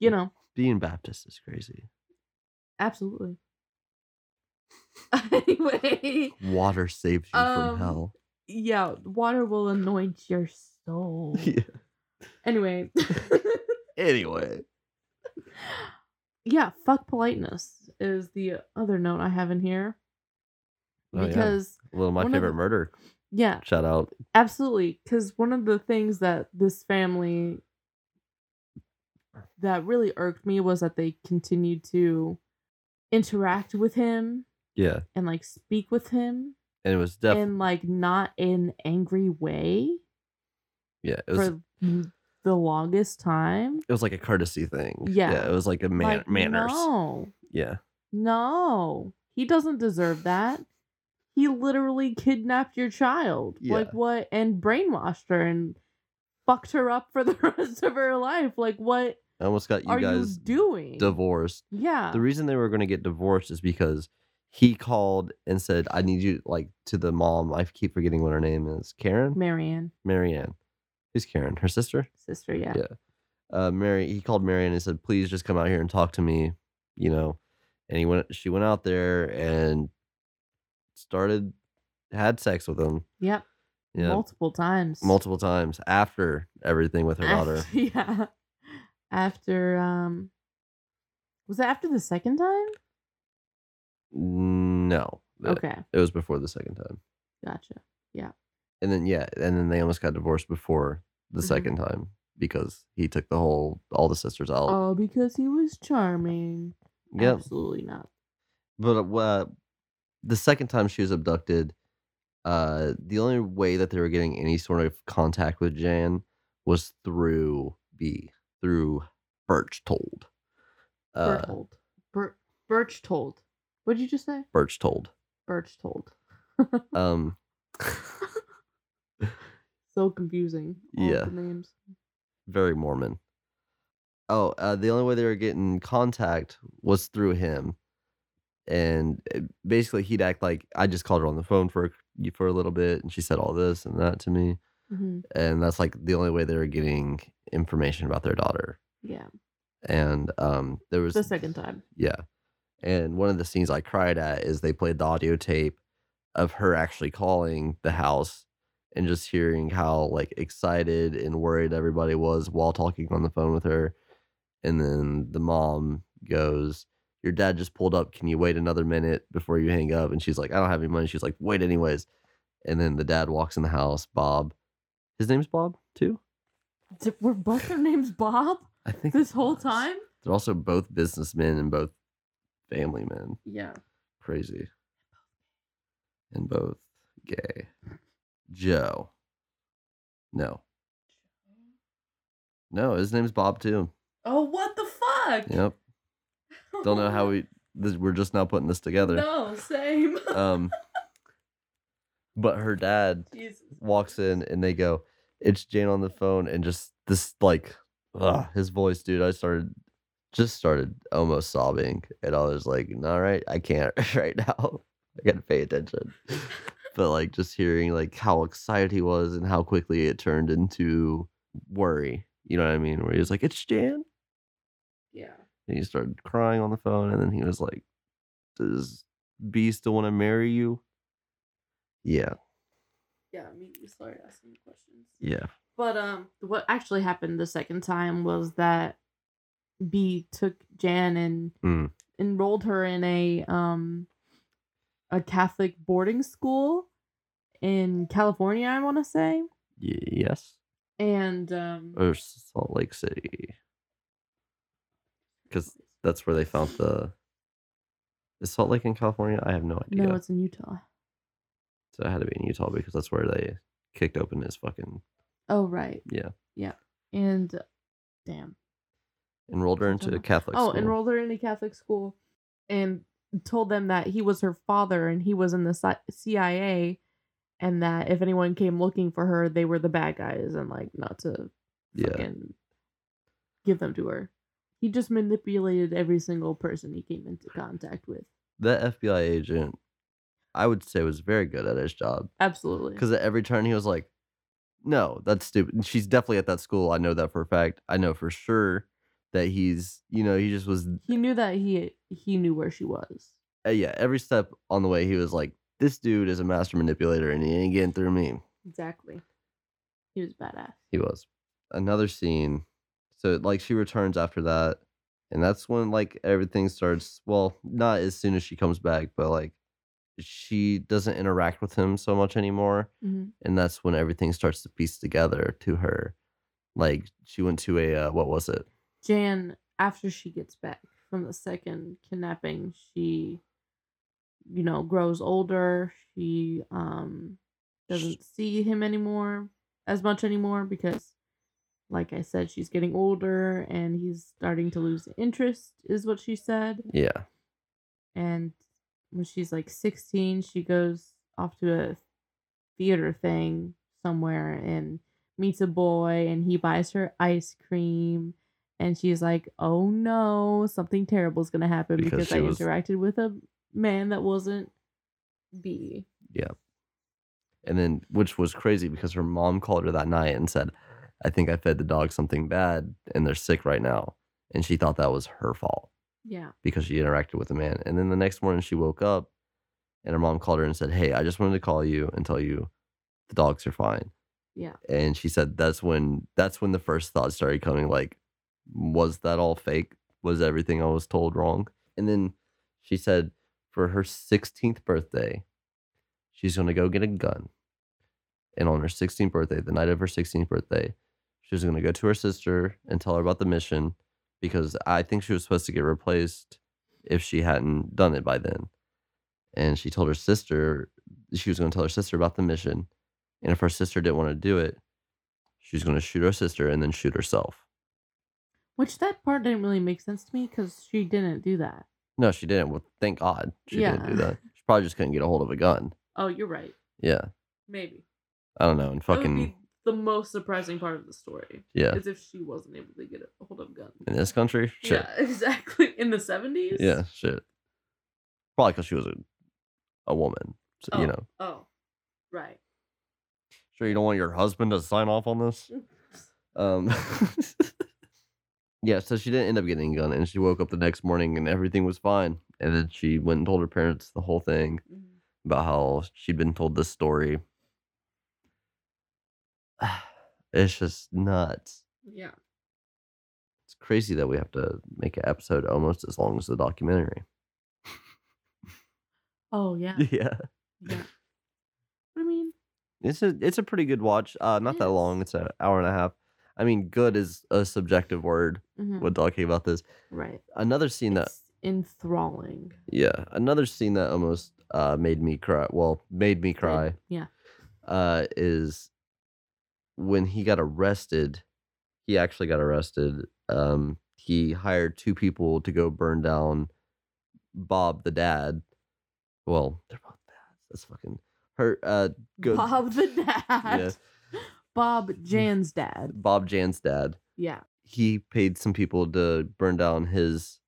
Speaker 1: You know,
Speaker 2: Being Baptist is crazy.
Speaker 1: absolutely. anyway.
Speaker 2: Water saves you
Speaker 1: Um,
Speaker 2: from hell.
Speaker 1: yeah, water will anoint your soul.
Speaker 2: Yeah.
Speaker 1: Anyway,
Speaker 2: Anyway,
Speaker 1: yeah, fuck politeness is the other note I have in here
Speaker 2: Oh, yeah.
Speaker 1: because
Speaker 2: well, my
Speaker 1: One of
Speaker 2: favorite
Speaker 1: the-
Speaker 2: murder.
Speaker 1: yeah,
Speaker 2: Shout out.
Speaker 1: absolutely cuz one of the things that this family that really irked me was that they continued to interact with him
Speaker 2: Yeah,
Speaker 1: and like speak with him
Speaker 2: and it was definitely.
Speaker 1: in like not an angry way
Speaker 2: Yeah, it was.
Speaker 1: for the longest time.
Speaker 2: It was like a courtesy thing.
Speaker 1: Yeah.
Speaker 2: it was like a man
Speaker 1: like,
Speaker 2: manners.
Speaker 1: No,
Speaker 2: Yeah,
Speaker 1: no, he doesn't deserve that. He literally kidnapped your child,
Speaker 2: Yeah.
Speaker 1: like what, and brainwashed her and fucked her up for the rest of her life. Like, what
Speaker 2: I almost got you
Speaker 1: are
Speaker 2: guys
Speaker 1: you doing?
Speaker 2: divorced.
Speaker 1: yeah,
Speaker 2: The reason they were going to get divorced is because he called and said, "I need you like to the mom. I keep forgetting what her name is. Karen,
Speaker 1: Marianne,
Speaker 2: Marianne. Who's Karen? Her sister.
Speaker 1: sister, yeah,
Speaker 2: Yeah. Uh, Mary. He called Marianne and said, "Please just come out here and talk to me. You know." And he went. She went out there and started had sex with him.
Speaker 1: yep,
Speaker 2: Yeah,
Speaker 1: multiple times,
Speaker 2: multiple times after everything with her daughter.
Speaker 1: After- yeah, after um, was it after the second time?
Speaker 2: No, it-
Speaker 1: Okay,
Speaker 2: it was before the second time.
Speaker 1: gotcha.
Speaker 2: and then yeah, and then they almost got divorced before the
Speaker 1: Mhm.
Speaker 2: second time because he took the whole all the sisters out.
Speaker 1: Oh, because he was charming.
Speaker 2: yep.
Speaker 1: Absolutely not.
Speaker 2: But uh, the second time she was abducted, uh, the only way that they were getting any sort of contact with Jan was through B through Birch told. Uh,
Speaker 1: Berchtold. Ber- Birchtold. What'd you just say?
Speaker 2: Birch told.
Speaker 1: Birchtold.
Speaker 2: Um,
Speaker 1: So confusing. All of
Speaker 2: Yeah.
Speaker 1: the names.
Speaker 2: very Mormon. Oh, uh, the only way they were getting contact was through him, and uh, basically he'd act like I just called her on the phone for a- for a little bit, and she said all this and that to me,
Speaker 1: Mhm.
Speaker 2: and that's like the only way they were getting information about their daughter.
Speaker 1: Yeah.
Speaker 2: And um, there was
Speaker 1: The second time.
Speaker 2: yeah, and one of the scenes I cried at is they played the audio tape of her actually calling the house and just hearing how like excited and worried everybody was while talking on the phone with her. And then the mom goes, Your dad just pulled up. Can you wait another minute before you hang up? And she's like, I don't have any money. She's like, Wait, anyways. And then the dad walks in the house, Bob. His name's Bob, too?
Speaker 1: D- Were both their names Bob
Speaker 2: I think.
Speaker 1: this
Speaker 2: it
Speaker 1: whole
Speaker 2: was.
Speaker 1: time?
Speaker 2: They're also both businessmen and both family men.
Speaker 1: Yeah.
Speaker 2: Crazy. And both gay. Joe. No. No, his name's Bob too.
Speaker 1: Oh, what the fuck?
Speaker 2: Yep. Don't know how we. This, we're just now putting this together.
Speaker 1: No, same.
Speaker 2: Um, but her dad
Speaker 1: Jesus.
Speaker 2: walks in and they go, "It's Jane on the phone," and just this like, ugh, his voice, dude. I started, just started almost sobbing, and I was like, "All right, I can't right now. I gotta pay attention." but like, just hearing like how excited he was and how quickly it turned into worry. You know what I mean? Where he was like, "It's Jan,"
Speaker 1: Yeah.
Speaker 2: and he started crying on the phone, and then he was like, "Does B still want to marry you?" Yeah,
Speaker 1: Yeah, me we started asking the questions.
Speaker 2: yeah,
Speaker 1: But um what actually happened the second time was that B took Jan and
Speaker 2: Mm.
Speaker 1: enrolled her in a um a Catholic boarding school in California, I wanna say.
Speaker 2: y- yes.
Speaker 1: And um
Speaker 2: or Salt Lake City. Because that's where they found the. Is Salt Lake in California? I have no idea.
Speaker 1: no, it's in Utah.
Speaker 2: so it had to be in Utah because that's where they kicked open his fucking
Speaker 1: Oh right.
Speaker 2: yeah.
Speaker 1: And damn.
Speaker 2: Enrolled her into
Speaker 1: Utah.
Speaker 2: a Catholic
Speaker 1: oh,
Speaker 2: school.
Speaker 1: enrolled her in a Catholic school and told them that he was her father and he was in the si- CIA and that if anyone came looking for her, they were the bad guys and like not to
Speaker 2: yeah,
Speaker 1: fucking give them to her. He just manipulated every single person he came into contact with.
Speaker 2: that FBI agent, I would say, was very good at his job
Speaker 1: Absolutely.
Speaker 2: because at every turn he was like, "No, that's stupid." And she's definitely at that school. I know that for a fact. I know for sure that he's, you know, he just was
Speaker 1: he knew that he he knew where she was.
Speaker 2: uh, yeah, every step on the way, he was like, "This dude is a master manipulator, and he ain't getting through me."
Speaker 1: Exactly. He was badass.
Speaker 2: He was. Another scene. So like she returns after that, and that's when like everything starts. Well, not as soon as she comes back, but like she doesn't interact with him so much anymore,
Speaker 1: Mhm.
Speaker 2: and that's when everything starts to piece together to her. Like she went to a uh, what was it?
Speaker 1: Jan, after she gets back from the second kidnapping, she, you know, grows older. She um doesn't see him anymore as much anymore because, like I said, she's getting older and he's starting to lose interest, is what she said.
Speaker 2: Yeah,
Speaker 1: And when she's like 16, she goes off to a theater thing somewhere and meets a boy and he buys her ice cream and she's like, "Oh no, something terrible is going to happen
Speaker 2: Because
Speaker 1: because,
Speaker 2: she
Speaker 1: I
Speaker 2: was-
Speaker 1: interacted with a man that wasn't B."
Speaker 2: and then which was crazy because her mom called her that night and said, "I think I fed the dog something bad, and they're sick right now." And she thought that was her fault
Speaker 1: Yeah.
Speaker 2: because she interacted with a man. And then the next morning she woke up, and her mom called her and said, "Hey, I just wanted to call you and tell you the dogs are fine."
Speaker 1: Yeah.
Speaker 2: And she said that's when that's when the first thought started coming like, was that all fake? Was everything I was told wrong? And then she said for her 16th birthday, she's going to go get a gun. And on her 16th birthday, the night of her 16th birthday, she was going to go to her sister and tell her about the mission because I think she was supposed to get replaced if she hadn't done it by then. And she told her sister, she was going to tell her sister about the mission. And if her sister didn't want to do it, she was going to shoot her sister and then shoot herself.
Speaker 1: Which that part didn't really make sense to me cuz she didn't do that.
Speaker 2: No, she didn't. Well, thank God she didn't do
Speaker 1: Yeah.
Speaker 2: that. She probably just couldn't get a hold of a gun.
Speaker 1: Oh, you're right.
Speaker 2: Yeah.
Speaker 1: Maybe.
Speaker 2: I don't know. And fucking.
Speaker 1: That would be the most surprising part of the story.
Speaker 2: Yeah.
Speaker 1: Is if she wasn't able to get a hold of a gun.
Speaker 2: In this country? Shit.
Speaker 1: Yeah, exactly. In the 70s?
Speaker 2: Yeah, shit. Probably because she was a, a woman. So, you
Speaker 1: Oh.
Speaker 2: know.
Speaker 1: Oh, right.
Speaker 2: Sure, you don't want your husband to sign off on this?
Speaker 1: Mm-hmm.
Speaker 2: Um, yeah, so she didn't end up getting a gun, and she woke up the next morning and everything was fine. And then she went and told her parents the whole thing about how she'd been told this story. It's just nuts.
Speaker 1: Yeah.
Speaker 2: It's crazy that we have to make an episode almost as long as the documentary.
Speaker 1: Oh, yeah.
Speaker 2: Yeah.
Speaker 1: yeah. I mean,
Speaker 2: It's a it's a pretty good watch. Uh, not that
Speaker 1: Yes.
Speaker 2: long. It's an hour and a half. I mean, good is a subjective word
Speaker 1: mhm,
Speaker 2: when talking about this.
Speaker 1: right.
Speaker 2: Another scene that
Speaker 1: It's enthralling.
Speaker 2: yeah, another scene that almost uh made me cry. Well, made me cry.
Speaker 1: Yeah.
Speaker 2: Uh, is when he got arrested. He actually got arrested. Um, he hired two people to go burn down Bob the dad. Well, they're both dads. That's fucking her. Uh, go,
Speaker 1: Bob the dad.
Speaker 2: Yes.
Speaker 1: Bob Jan's dad.
Speaker 2: Bob Jan's dad.
Speaker 1: Yeah.
Speaker 2: He paid some people to burn down his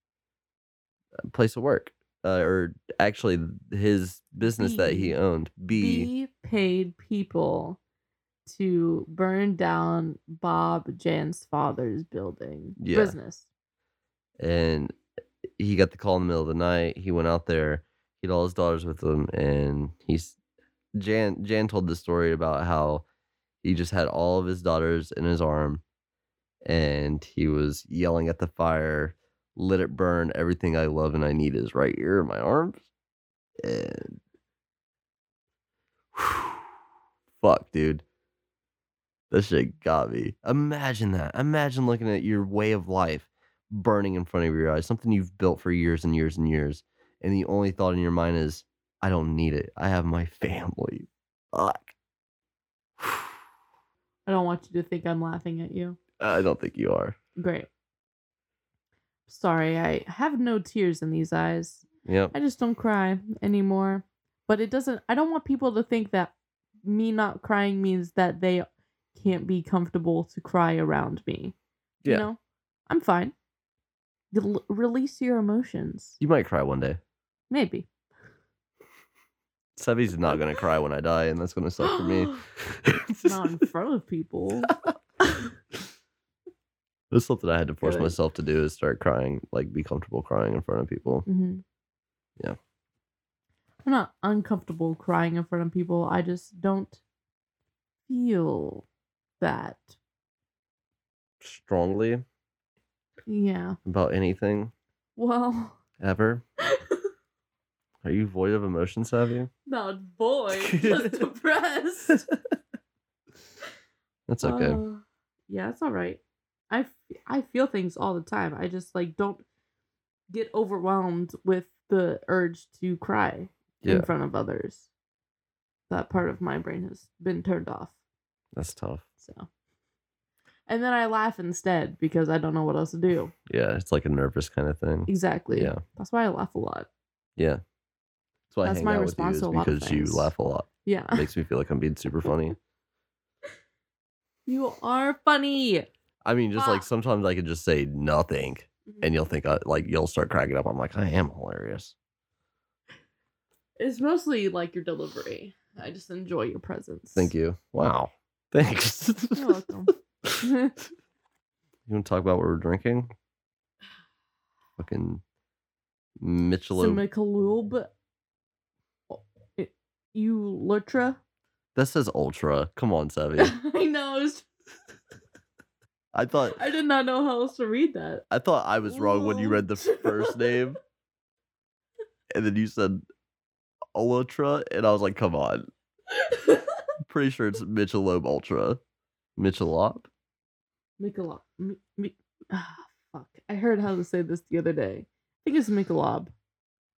Speaker 2: uh, place of work, uh, or actually his business that
Speaker 1: B.
Speaker 2: he owned. B.
Speaker 1: He paid people to burn down Bob Jan's father's building
Speaker 2: Yeah.
Speaker 1: business.
Speaker 2: and he got the call in the middle of the night. He went out there. He had all his daughters with him, and he's Jan. Jan told the story about how he just had all of his daughters in his arm, and he was yelling at the fire, "Let it burn! Everything I love and I need is right here in my arms." And fuck, dude. That shit got me. Imagine that. Imagine looking at your way of life burning in front of your eyes, something you've built for years and years and years, and the only thought in your mind is, I don't need it. I have my family. Fuck.
Speaker 1: I don't want you to think I'm laughing at you.
Speaker 2: I don't think you are.
Speaker 1: Great. Sorry, I have no tears in these eyes.
Speaker 2: Yep.
Speaker 1: I just don't cry anymore. But it doesn't I don't want people to think that me not crying means that they can't be comfortable to cry around me.
Speaker 2: Yeah.
Speaker 1: You know? I'm fine. L- release your emotions.
Speaker 2: You might cry one day.
Speaker 1: Maybe.
Speaker 2: Sevi's not gonna cry when I die, and that's gonna suck for me.
Speaker 1: not in front of people.
Speaker 2: That's something I had to force
Speaker 1: Good.
Speaker 2: myself to do is start crying, like be comfortable crying in front of people.
Speaker 1: Mhm.
Speaker 2: Yeah.
Speaker 1: I'm not uncomfortable crying in front of people. I just don't feel that.
Speaker 2: Strongly
Speaker 1: Yeah.
Speaker 2: about anything
Speaker 1: Well,
Speaker 2: ever. Are you void of emotion, Savvy?
Speaker 1: not void, just depressed.
Speaker 2: That's okay.
Speaker 1: Uh, yeah, it's all right. I, f- I feel things all the time. I just like don't get overwhelmed with the urge to cry
Speaker 2: yeah,
Speaker 1: in front of others. That part of my brain has been turned off.
Speaker 2: that's tough.
Speaker 1: So, and then I laugh instead because I don't know what else to do.
Speaker 2: Yeah, it's like a nervous kind of thing.
Speaker 1: Exactly.
Speaker 2: Yeah.
Speaker 1: That's why I laugh a lot.
Speaker 2: Yeah. That's why
Speaker 1: That's
Speaker 2: I hang
Speaker 1: my
Speaker 2: out
Speaker 1: response to
Speaker 2: with you
Speaker 1: a
Speaker 2: is
Speaker 1: lot of
Speaker 2: because you
Speaker 1: things.
Speaker 2: laugh a lot.
Speaker 1: Yeah.
Speaker 2: It makes me feel like I'm being super funny.
Speaker 1: You are funny.
Speaker 2: I mean, just like
Speaker 1: Ah.
Speaker 2: sometimes I can just say nothing and you'll think I like you'll start cracking up. I'm like, I am hilarious.
Speaker 1: It's mostly like your delivery. I just enjoy your presence.
Speaker 2: Thank you. Wow. Thanks.
Speaker 1: You're welcome.
Speaker 2: you want to talk about what we're drinking? Fucking Michelob.
Speaker 1: Some Michelob. It- You Lutra.
Speaker 2: that says ultra. Come on, Savvy.
Speaker 1: I know. it's-
Speaker 2: I thought
Speaker 1: I did not know how else to read that.
Speaker 2: I thought I was wrong when you read the
Speaker 1: Ultra.
Speaker 2: first name, and then you said Ultra, and I was like, "Come on!" Pretty sure it's Michelob Ultra, Michelob.
Speaker 1: Michelob. Mi- mi- ah, fuck. I heard how to say this the other day. I think it's Michelob.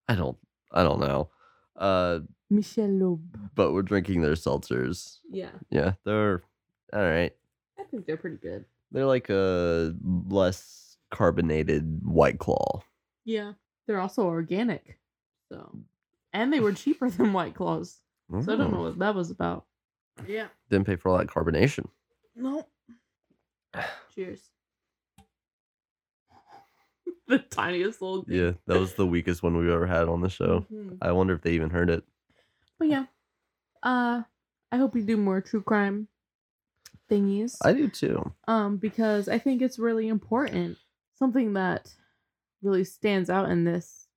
Speaker 2: I don't, I don't know. Uh,
Speaker 1: Michelob.
Speaker 2: but we're drinking their seltzers.
Speaker 1: Yeah.
Speaker 2: Yeah, they're all right.
Speaker 1: I think they're pretty good.
Speaker 2: They're like a less carbonated White Claw.
Speaker 1: Yeah. They're also organic. So and they were cheaper than White Claws. So I don't know what that was about. Yeah.
Speaker 2: Didn't pay for all that carbonation.
Speaker 1: No. Cheers. the tiniest little
Speaker 2: Yeah, that was the weakest one we've ever had on the show.
Speaker 1: Mhm.
Speaker 2: I wonder if they even heard it.
Speaker 1: But yeah. Uh I hope you do more true crime thingies.
Speaker 2: I do too.
Speaker 1: um, because I think it's really important. Something that really stands out in this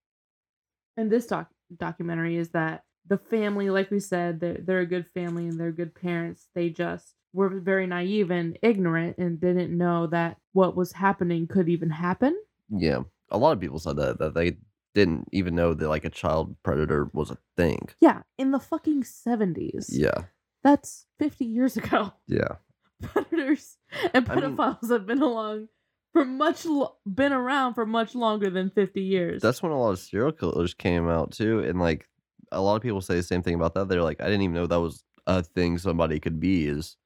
Speaker 1: in this doc documentary is that the family, like we said, they're, they're a good family and they're good parents. They just were very naive and ignorant and didn't know that what was happening could even happen.
Speaker 2: Yeah, a lot of people said that that they didn't even know that like a child predator was a thing.
Speaker 1: Yeah, in the fucking 70s.
Speaker 2: Yeah,
Speaker 1: That's 50 years ago.
Speaker 2: yeah,
Speaker 1: Predators and
Speaker 2: I mean-
Speaker 1: pedophiles have been along for much lo- been around for much longer than 50 years.
Speaker 2: that's when a lot of serial killers came out too, and like a lot of people say the same thing about that. They're like, I didn't even know that was a thing somebody could be. Is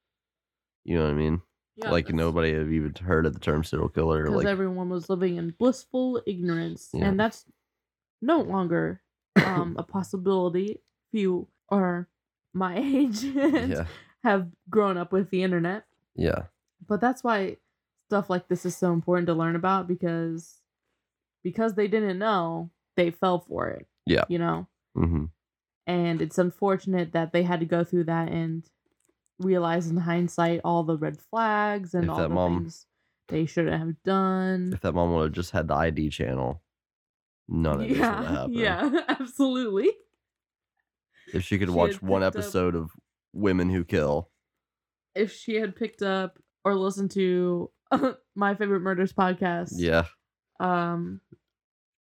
Speaker 2: you know what I mean?
Speaker 1: Yeah,
Speaker 2: like
Speaker 1: that's-
Speaker 2: nobody had even heard of the term serial killer.
Speaker 1: because
Speaker 2: Like
Speaker 1: everyone was living in blissful ignorance,
Speaker 2: Yeah.
Speaker 1: and that's no longer um, a possibility if you are my age and
Speaker 2: yeah,
Speaker 1: have grown up with the internet.
Speaker 2: yeah,
Speaker 1: But that's why stuff like this is so important to learn about because because they didn't know, they fell for it.
Speaker 2: Yeah.
Speaker 1: you know,
Speaker 2: hmm
Speaker 1: and it's unfortunate that they had to go through that and realize in hindsight all the red flags and
Speaker 2: If
Speaker 1: all
Speaker 2: that
Speaker 1: the
Speaker 2: mom-
Speaker 1: things they shouldn't have done.
Speaker 2: If that mom would have just had the ID channel, none of this would have happened.
Speaker 1: Yeah, absolutely.
Speaker 2: If she could
Speaker 1: She
Speaker 2: watch
Speaker 1: had
Speaker 2: one
Speaker 1: picked up-
Speaker 2: episode of Women Who Kill,
Speaker 1: If she had picked up or listened to my favorite murders podcast,
Speaker 2: yeah,
Speaker 1: um,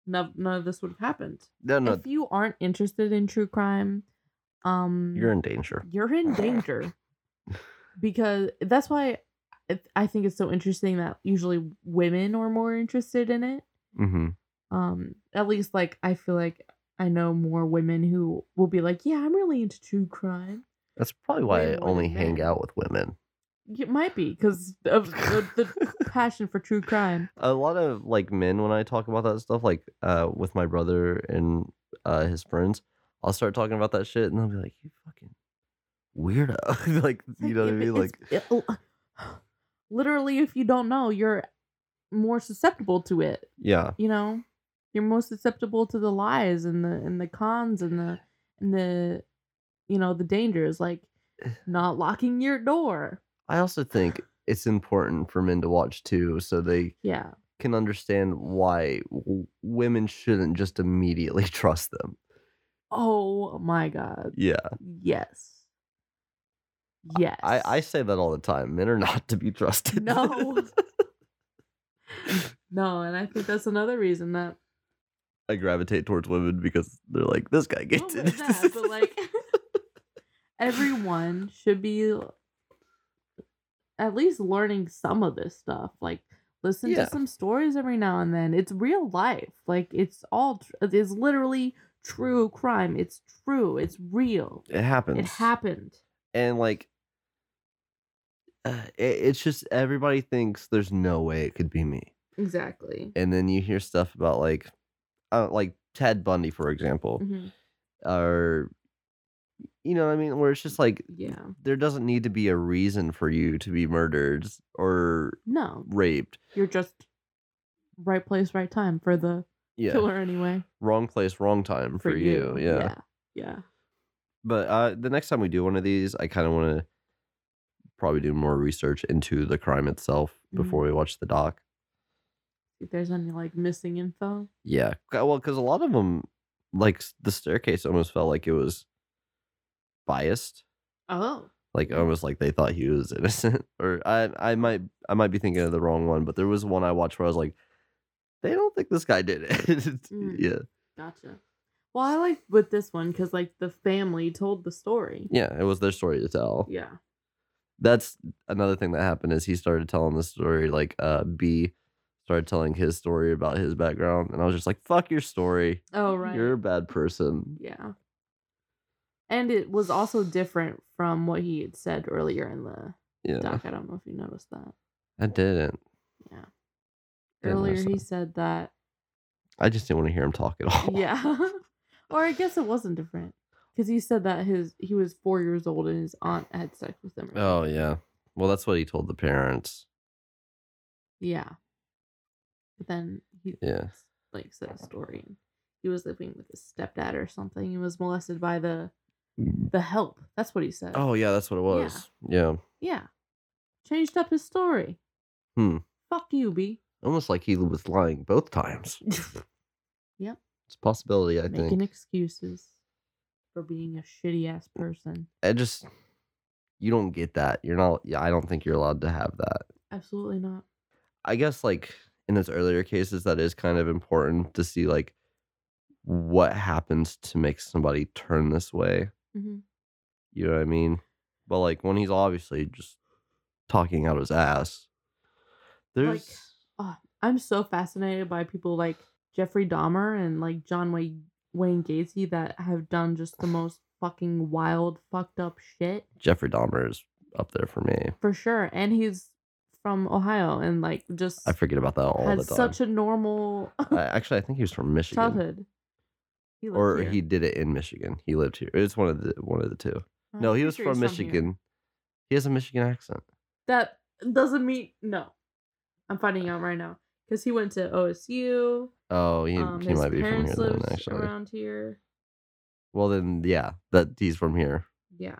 Speaker 1: no, none of this would have happened.
Speaker 2: no, no,
Speaker 1: If you aren't interested in true crime, um,
Speaker 2: you're in danger.
Speaker 1: you're in danger because that's why I- I think it's so interesting that usually women are more interested in it.
Speaker 2: hmm
Speaker 1: um at least like i feel like i know more women who will be like yeah i'm really into true crime
Speaker 2: That's probably why
Speaker 1: Way
Speaker 2: I
Speaker 1: more
Speaker 2: only
Speaker 1: than
Speaker 2: hang
Speaker 1: men.
Speaker 2: out with women.
Speaker 1: it might be because of the, the passion for true crime
Speaker 2: a lot of like men when I talk about that stuff, like uh with my brother and uh his friends, I'll start talking about that shit and they'll be like, You fucking weirdo. like
Speaker 1: It's
Speaker 2: you know what I
Speaker 1: if
Speaker 2: mean? Like
Speaker 1: it's- it- literally if you don't know you're more susceptible to it
Speaker 2: yeah.
Speaker 1: you know you're more susceptible to the lies and the and the cons and the and the you know the dangers like not locking your door
Speaker 2: I also think it's important for men to watch too, so they
Speaker 1: yeah
Speaker 2: can understand why w- women shouldn't just immediately trust them.
Speaker 1: oh my god
Speaker 2: Yeah.
Speaker 1: Yes. Yes.
Speaker 2: Uh, I, I say that all the time. Men are not to be trusted.
Speaker 1: No. no, and I think that's another reason that
Speaker 2: I gravitate towards women because they're like, this guy
Speaker 1: not
Speaker 2: gets
Speaker 1: only
Speaker 2: it.
Speaker 1: that, but like everyone should be at least learning some of this stuff. Like listen
Speaker 2: Yeah.
Speaker 1: to some stories every now and then. It's real life. Like it's all tr- it's literally true crime. It's true. It's real.
Speaker 2: it happens.
Speaker 1: It happened.
Speaker 2: and like uh, it, it's just everybody thinks there's no way it could be me
Speaker 1: Exactly.
Speaker 2: and then you hear stuff about like uh, like ted bundy for example
Speaker 1: Mhm.
Speaker 2: Mm-hmm. or you know what i mean where it's just like
Speaker 1: Yeah.
Speaker 2: there doesn't need to be a reason for you to be murdered or
Speaker 1: No,
Speaker 2: raped
Speaker 1: you're just right place, right time for the
Speaker 2: yeah
Speaker 1: killer anyway.
Speaker 2: wrong place wrong time for, you, yeah.
Speaker 1: Yeah. Yeah.
Speaker 2: but uh the next time we do one of these i kind of want to probably do more research into the crime itself
Speaker 1: Mhm.
Speaker 2: before we watch the doc
Speaker 1: If there's any like missing info.
Speaker 2: Yeah. c- Well, because a lot of them, like s- the staircase almost felt like it was biased.
Speaker 1: Oh.
Speaker 2: Like almost like they thought he was innocent. Or I, I might, I might be thinking of the wrong one. But there was one I watched where I was like, they don't think this guy did it.
Speaker 1: Mm.
Speaker 2: Yeah.
Speaker 1: Gotcha. Well, I like with this one because like the family told the story.
Speaker 2: Yeah. It was their story to tell.
Speaker 1: Yeah.
Speaker 2: That's another thing that happened is he started telling the story. Like uh, B started telling his story about his background, and I was just like, fuck your story.
Speaker 1: Oh right.
Speaker 2: You're a bad person.
Speaker 1: Yeah. And it was also different from what he had said earlier in the
Speaker 2: Yeah.
Speaker 1: doc. I don't know if you noticed that.
Speaker 2: I didn't.
Speaker 1: Yeah.
Speaker 2: Didn't
Speaker 1: Earlier
Speaker 2: notice
Speaker 1: he
Speaker 2: that.
Speaker 1: said that.
Speaker 2: I just didn't want to hear him talk at all.
Speaker 1: Yeah. or I guess it wasn't different. Because he said that his he was four years old and his aunt had sex with him. or
Speaker 2: Oh yeah. Well, that's what he told the parents.
Speaker 1: Yeah. But then he
Speaker 2: Yeah.
Speaker 1: like said a story and he was living with his stepdad or something. He was molested by the the help. That's what he said.
Speaker 2: Oh yeah, that's what it was. Yeah.
Speaker 1: Yeah. Changed up his story.
Speaker 2: Hmm.
Speaker 1: Fuck you, B.
Speaker 2: Almost like he was lying both times. It's a possibility, I
Speaker 1: Making
Speaker 2: think.
Speaker 1: excuses for being a shitty ass person.
Speaker 2: I just you don't get that. You're not yeah, I don't think you're allowed to have that.
Speaker 1: Absolutely not.
Speaker 2: I guess like in his earlier cases that is kind of important to see like what happens to make somebody turn this way.
Speaker 1: hmm
Speaker 2: You know what I mean? But like when he's obviously just talking out his ass. There's
Speaker 1: ah, I'm so fascinated by people like Jeffrey Dahmer and like John Wayne Wayne Gacy that have done just the most fucking wild, fucked up shit
Speaker 2: Jeffrey Dahmer is up there for me.
Speaker 1: for sure. And he's from Ohio and like just
Speaker 2: I forget about that all
Speaker 1: had
Speaker 2: the time.
Speaker 1: such a normal
Speaker 2: Uh, actually, I think he was from Michigan,
Speaker 1: childhood. He lived
Speaker 2: or
Speaker 1: here.
Speaker 2: he did it in Michigan. He lived here. It's one of the one of the two.
Speaker 1: Uh, I'm
Speaker 2: No, he
Speaker 1: pretty
Speaker 2: was
Speaker 1: sure
Speaker 2: from
Speaker 1: he's here.
Speaker 2: Michigan. He has a Michigan accent.
Speaker 1: That doesn't mean no. I'm
Speaker 2: Uh
Speaker 1: finding out right now because he went to OSU.
Speaker 2: Oh, he,
Speaker 1: um,
Speaker 2: he
Speaker 1: his
Speaker 2: might be from
Speaker 1: parents
Speaker 2: here then.
Speaker 1: lived
Speaker 2: Actually,
Speaker 1: around here.
Speaker 2: well then, yeah, that he's from here.
Speaker 1: Yeah.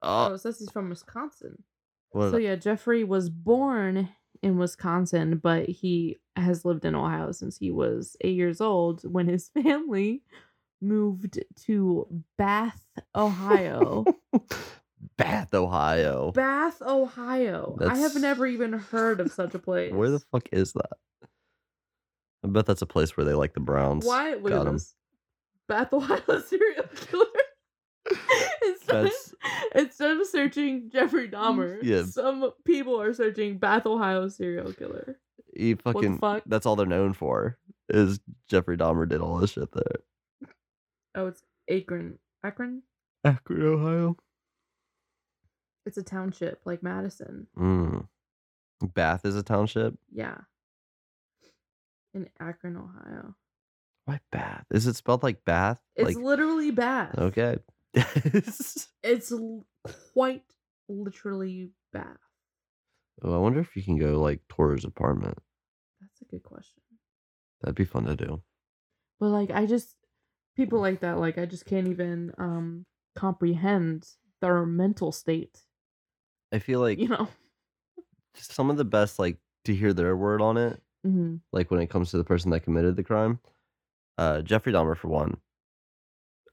Speaker 2: Oh,
Speaker 1: Oh, it says he's from Wisconsin.
Speaker 2: Uh, what-
Speaker 1: So yeah, Jeffrey was born in Wisconsin, but he has lived in Ohio since he was eight years old when his family moved to Bath, Ohio.
Speaker 2: Bath, Ohio.
Speaker 1: Bath, Ohio. I have
Speaker 2: That's-
Speaker 1: never even heard of such a place.
Speaker 2: Where the fuck is that? I bet that's a place where they like the Browns.
Speaker 1: Why? Look
Speaker 2: Got
Speaker 1: at
Speaker 2: 'em.
Speaker 1: this. Bath, Ohio serial killer. instead,
Speaker 2: That's-
Speaker 1: instead of searching Jeffrey Dahmer,
Speaker 2: Yeah.
Speaker 1: some people are searching Bath, Ohio serial killer.
Speaker 2: He
Speaker 1: the
Speaker 2: fucking.
Speaker 1: fuck?
Speaker 2: That's all they're known for is Jeffrey Dahmer did all this shit there.
Speaker 1: Oh, it's Akron. Akron?
Speaker 2: Akron, Ohio.
Speaker 1: It's a township like Madison.
Speaker 2: Mm. Bath is a township.
Speaker 1: Yeah. In Akron, Ohio.
Speaker 2: Why Bath? Is it spelled like Bath?
Speaker 1: It's
Speaker 2: like
Speaker 1: literally Bath.
Speaker 2: okay.
Speaker 1: It's l- quite literally Bath.
Speaker 2: oh, I wonder if you can go like tour his apartment.
Speaker 1: That's a good question.
Speaker 2: That'd be fun to do.
Speaker 1: But like I just people like that like I just can't even um comprehend their mental state,
Speaker 2: I feel like
Speaker 1: you know.
Speaker 2: some of the best like to hear their word on it
Speaker 1: hmm
Speaker 2: like when it comes to the person that committed the crime. Uh, Jeffrey Dahmer for one.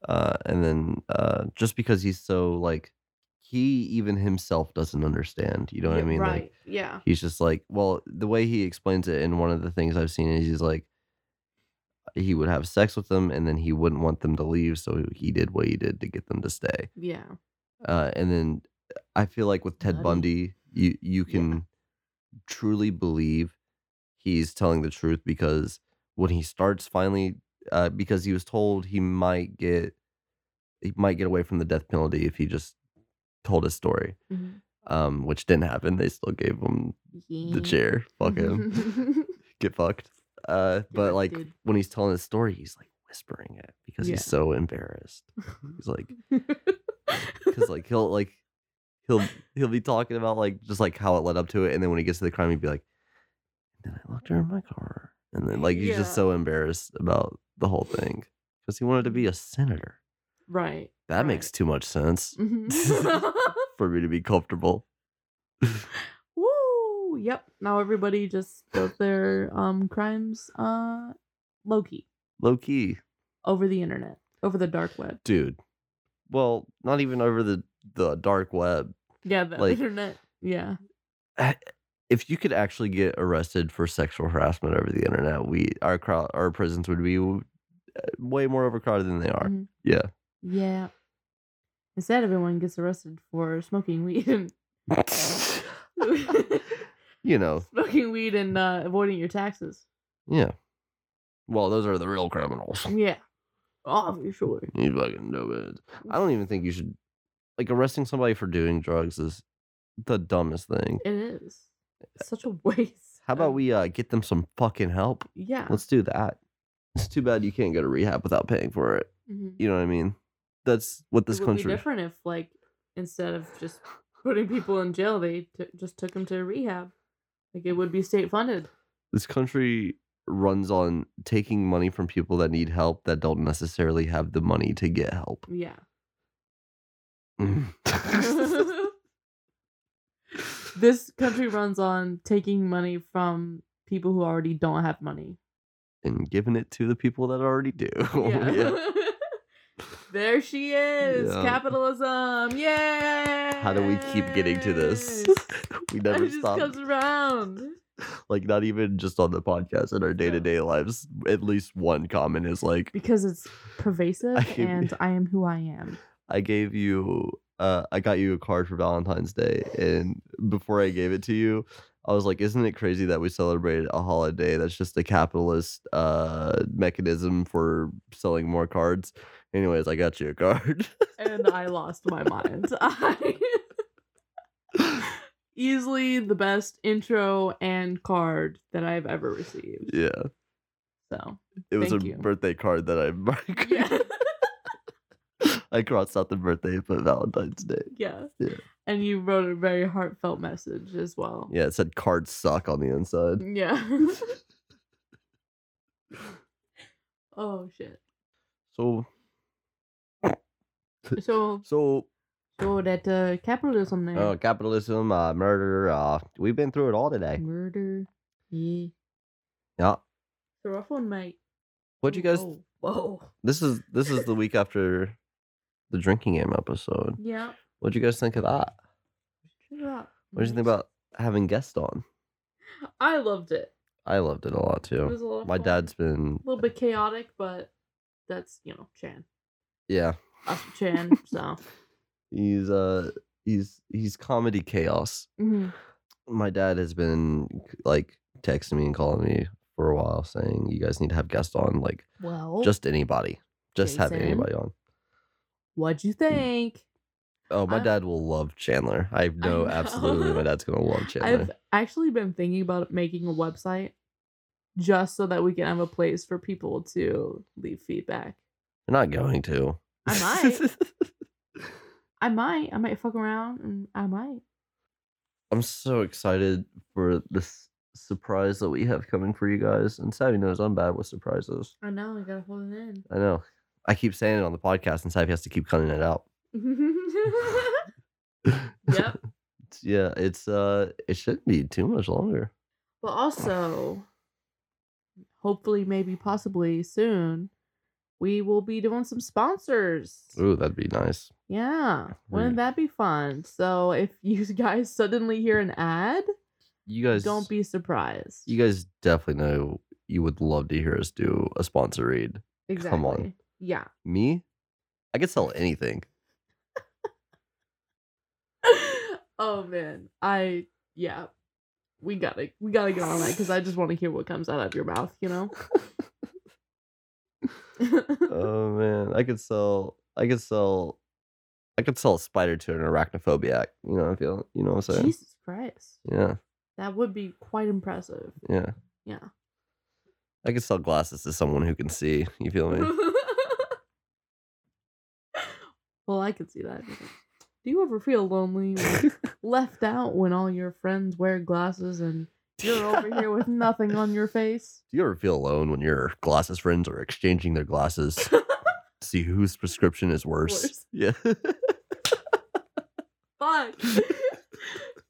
Speaker 2: Uh, and then uh, just because he's so like he even himself doesn't understand. You know what I mean?
Speaker 1: Right.
Speaker 2: Like
Speaker 1: yeah.
Speaker 2: he's just like well the way he explains it in one of the things I've seen is he's like he would have sex with them and then he wouldn't want them to leave so he did what he did to get them to stay.
Speaker 1: Yeah.
Speaker 2: Uh, and then I feel like with Ted
Speaker 1: Nutty.
Speaker 2: Bundy, you you
Speaker 1: Yeah.
Speaker 2: can truly believe he's telling the truth because when he starts finally, uh, because he was told he might get he might get away from the death penalty if he just told his story,
Speaker 1: Mhm.
Speaker 2: um, which didn't happen. They still gave him
Speaker 1: yeah.
Speaker 2: the chair. Fuck him. Get fucked. Uh, but
Speaker 1: Yeah,
Speaker 2: like
Speaker 1: Mm-hmm. dude.
Speaker 2: when he's telling his story, he's like whispering it because
Speaker 1: Yeah.
Speaker 2: he's so embarrassed. He's like, because like he'll like he'll he'll be talking about like just like how it led up to it, and then when he gets to the crime, he'd be like, "Then I locked her in my car," and then like he's
Speaker 1: Yeah.
Speaker 2: just so embarrassed about the whole thing because he wanted to be a senator.
Speaker 1: right.
Speaker 2: That
Speaker 1: Right. Mm.
Speaker 2: makes too much sense
Speaker 1: Mhm.
Speaker 2: for me to be comfortable.
Speaker 1: Woo! Yep. Now everybody just does their um crimes uh low key
Speaker 2: Low key,
Speaker 1: over the internet, over the dark web.
Speaker 2: dude. Well, not even over the the dark web.
Speaker 1: Yeah, the
Speaker 2: Like-
Speaker 1: internet. Yeah.
Speaker 2: eh, If you could actually get arrested for sexual harassment over the internet, we our crowd our prisons would be uh, way more overcrowded than they are.
Speaker 1: Mhm.
Speaker 2: Yeah.
Speaker 1: Yeah. Instead, everyone gets arrested for smoking weed and
Speaker 2: you know,
Speaker 1: smoking weed and uh, avoiding your taxes.
Speaker 2: yeah. Well, those are the real criminals.
Speaker 1: Yeah. Obviously.
Speaker 2: You fucking know it. I don't even think you should like arresting somebody for doing drugs is the dumbest thing.
Speaker 1: It is. It's such a waste.
Speaker 2: How about
Speaker 1: of-
Speaker 2: we uh, get them some fucking help?
Speaker 1: Oh. Yeah.
Speaker 2: Let's do that. It's too bad you can't go to rehab without paying for it.
Speaker 1: Mhm.
Speaker 2: You know what I mean? That's what this
Speaker 1: it would be
Speaker 2: country.
Speaker 1: different if, like, instead of just putting people in jail, they t- just took them to rehab. Like, it would be state funded.
Speaker 2: This country runs on taking money from people that need help that don't necessarily have the money to get help.
Speaker 1: Yeah. Mm. this country runs on taking money from people who already don't have money.
Speaker 2: and giving it to the people that already do.
Speaker 1: Yeah.
Speaker 2: Yeah.
Speaker 1: there she is.
Speaker 2: Yeah.
Speaker 1: Capitalism. Yay.
Speaker 2: How do we keep getting to this? we never
Speaker 1: it just
Speaker 2: stop.
Speaker 1: comes around.
Speaker 2: Like not even just on the podcast in our day to day lives. At least one comment is like,
Speaker 1: Because it's pervasive
Speaker 2: I can-
Speaker 1: and I am who I am.
Speaker 2: "I gave you, uh, I got you a card for Valentine's Day, and before I gave it to you." I was like, isn't it crazy that we celebrate a holiday that's just a capitalist uh, mechanism for selling more cards? Anyways, I got you a card.
Speaker 1: And I lost my mind. I easily the best intro and card that I've ever received.
Speaker 2: Yeah.
Speaker 1: So
Speaker 2: It was
Speaker 1: Thank
Speaker 2: a
Speaker 1: you.
Speaker 2: birthday card that I
Speaker 1: yeah,
Speaker 2: I crossed out the birthday and put Valentine's Day.
Speaker 1: yeah,
Speaker 2: Yeah.
Speaker 1: And you wrote a very heartfelt message as well.
Speaker 2: Yeah, it said cards suck on the inside.
Speaker 1: Yeah. oh shit.
Speaker 2: So
Speaker 1: So
Speaker 2: so
Speaker 1: so that uh, capitalism there.
Speaker 2: uh, capitalism, uh, murder, uh, we've been through it all today.
Speaker 1: Murder. Yeah.
Speaker 2: Yeah.
Speaker 1: It's a rough one, mate.
Speaker 2: What'd you guys
Speaker 1: Whoa. Whoa.
Speaker 2: this is this is the week after the drinking game episode.
Speaker 1: Yeah.
Speaker 2: What'd you guys think of that?
Speaker 1: Shut up.
Speaker 2: What did you think about having guests on?
Speaker 1: I loved it.
Speaker 2: I loved it a lot
Speaker 1: It
Speaker 2: too.
Speaker 1: was a lot of
Speaker 2: Oh, My
Speaker 1: fun.
Speaker 2: dad's been
Speaker 1: a little bit chaotic, but that's you know Chan.
Speaker 2: yeah.
Speaker 1: Us with Chan. so
Speaker 2: He's uh he's he's comedy chaos.
Speaker 1: Mhm.
Speaker 2: my dad has been like texting me and calling me for a while saying you guys need to have guests on like
Speaker 1: well,
Speaker 2: just anybody just have
Speaker 1: Jason?
Speaker 2: anybody on
Speaker 1: what'd you think?
Speaker 2: oh my
Speaker 1: I-
Speaker 2: dad will love chandler i know,
Speaker 1: know.
Speaker 2: absolutely my dad's gonna love chandler
Speaker 1: I've actually been thinking about making a website just so that we can have a place for people to leave feedback.
Speaker 2: you're not going to
Speaker 1: I might. I might. I might fuck around and I might.
Speaker 2: i'm so excited for this surprise that we have coming for you guys and savvy knows i'm bad with surprises
Speaker 1: I know, I gotta hold it in.
Speaker 2: i know i keep saying it on the podcast and savvy has to keep cutting it out
Speaker 1: yep.
Speaker 2: yeah it's uh it shouldn't be too much longer
Speaker 1: But also, hopefully, maybe, possibly soon, we will be doing some sponsors.
Speaker 2: Ooh, that'd be nice.
Speaker 1: Yeah.
Speaker 2: Mm.
Speaker 1: Wouldn't that be fun? So if you guys suddenly hear an ad,
Speaker 2: You guys
Speaker 1: don't be surprised.
Speaker 2: You guys definitely know you would love to hear us do a sponsor read.
Speaker 1: exactly.
Speaker 2: on.
Speaker 1: Yeah.
Speaker 2: Me, I could sell anything.
Speaker 1: oh man. I yeah. We gotta we gotta get on that because I just want to hear what comes out of your mouth, you know?
Speaker 2: oh man, I could sell. I could sell. I could sell a spider to an arachnophobiac. You know, I feel. You know what I'm saying?
Speaker 1: Jesus Christ.
Speaker 2: Yeah,
Speaker 1: That would be quite impressive.
Speaker 2: yeah,
Speaker 1: Yeah.
Speaker 2: I could sell glasses to someone who can see. You feel me?
Speaker 1: well, I could see that. Do you ever feel lonely, or left out when all your friends wear glasses and you're over here with nothing on your face?
Speaker 2: Do you ever feel alone when your glasses friends are exchanging their glasses? to See whose prescription is worse.
Speaker 1: Worse.
Speaker 2: Yeah.
Speaker 1: Fuck.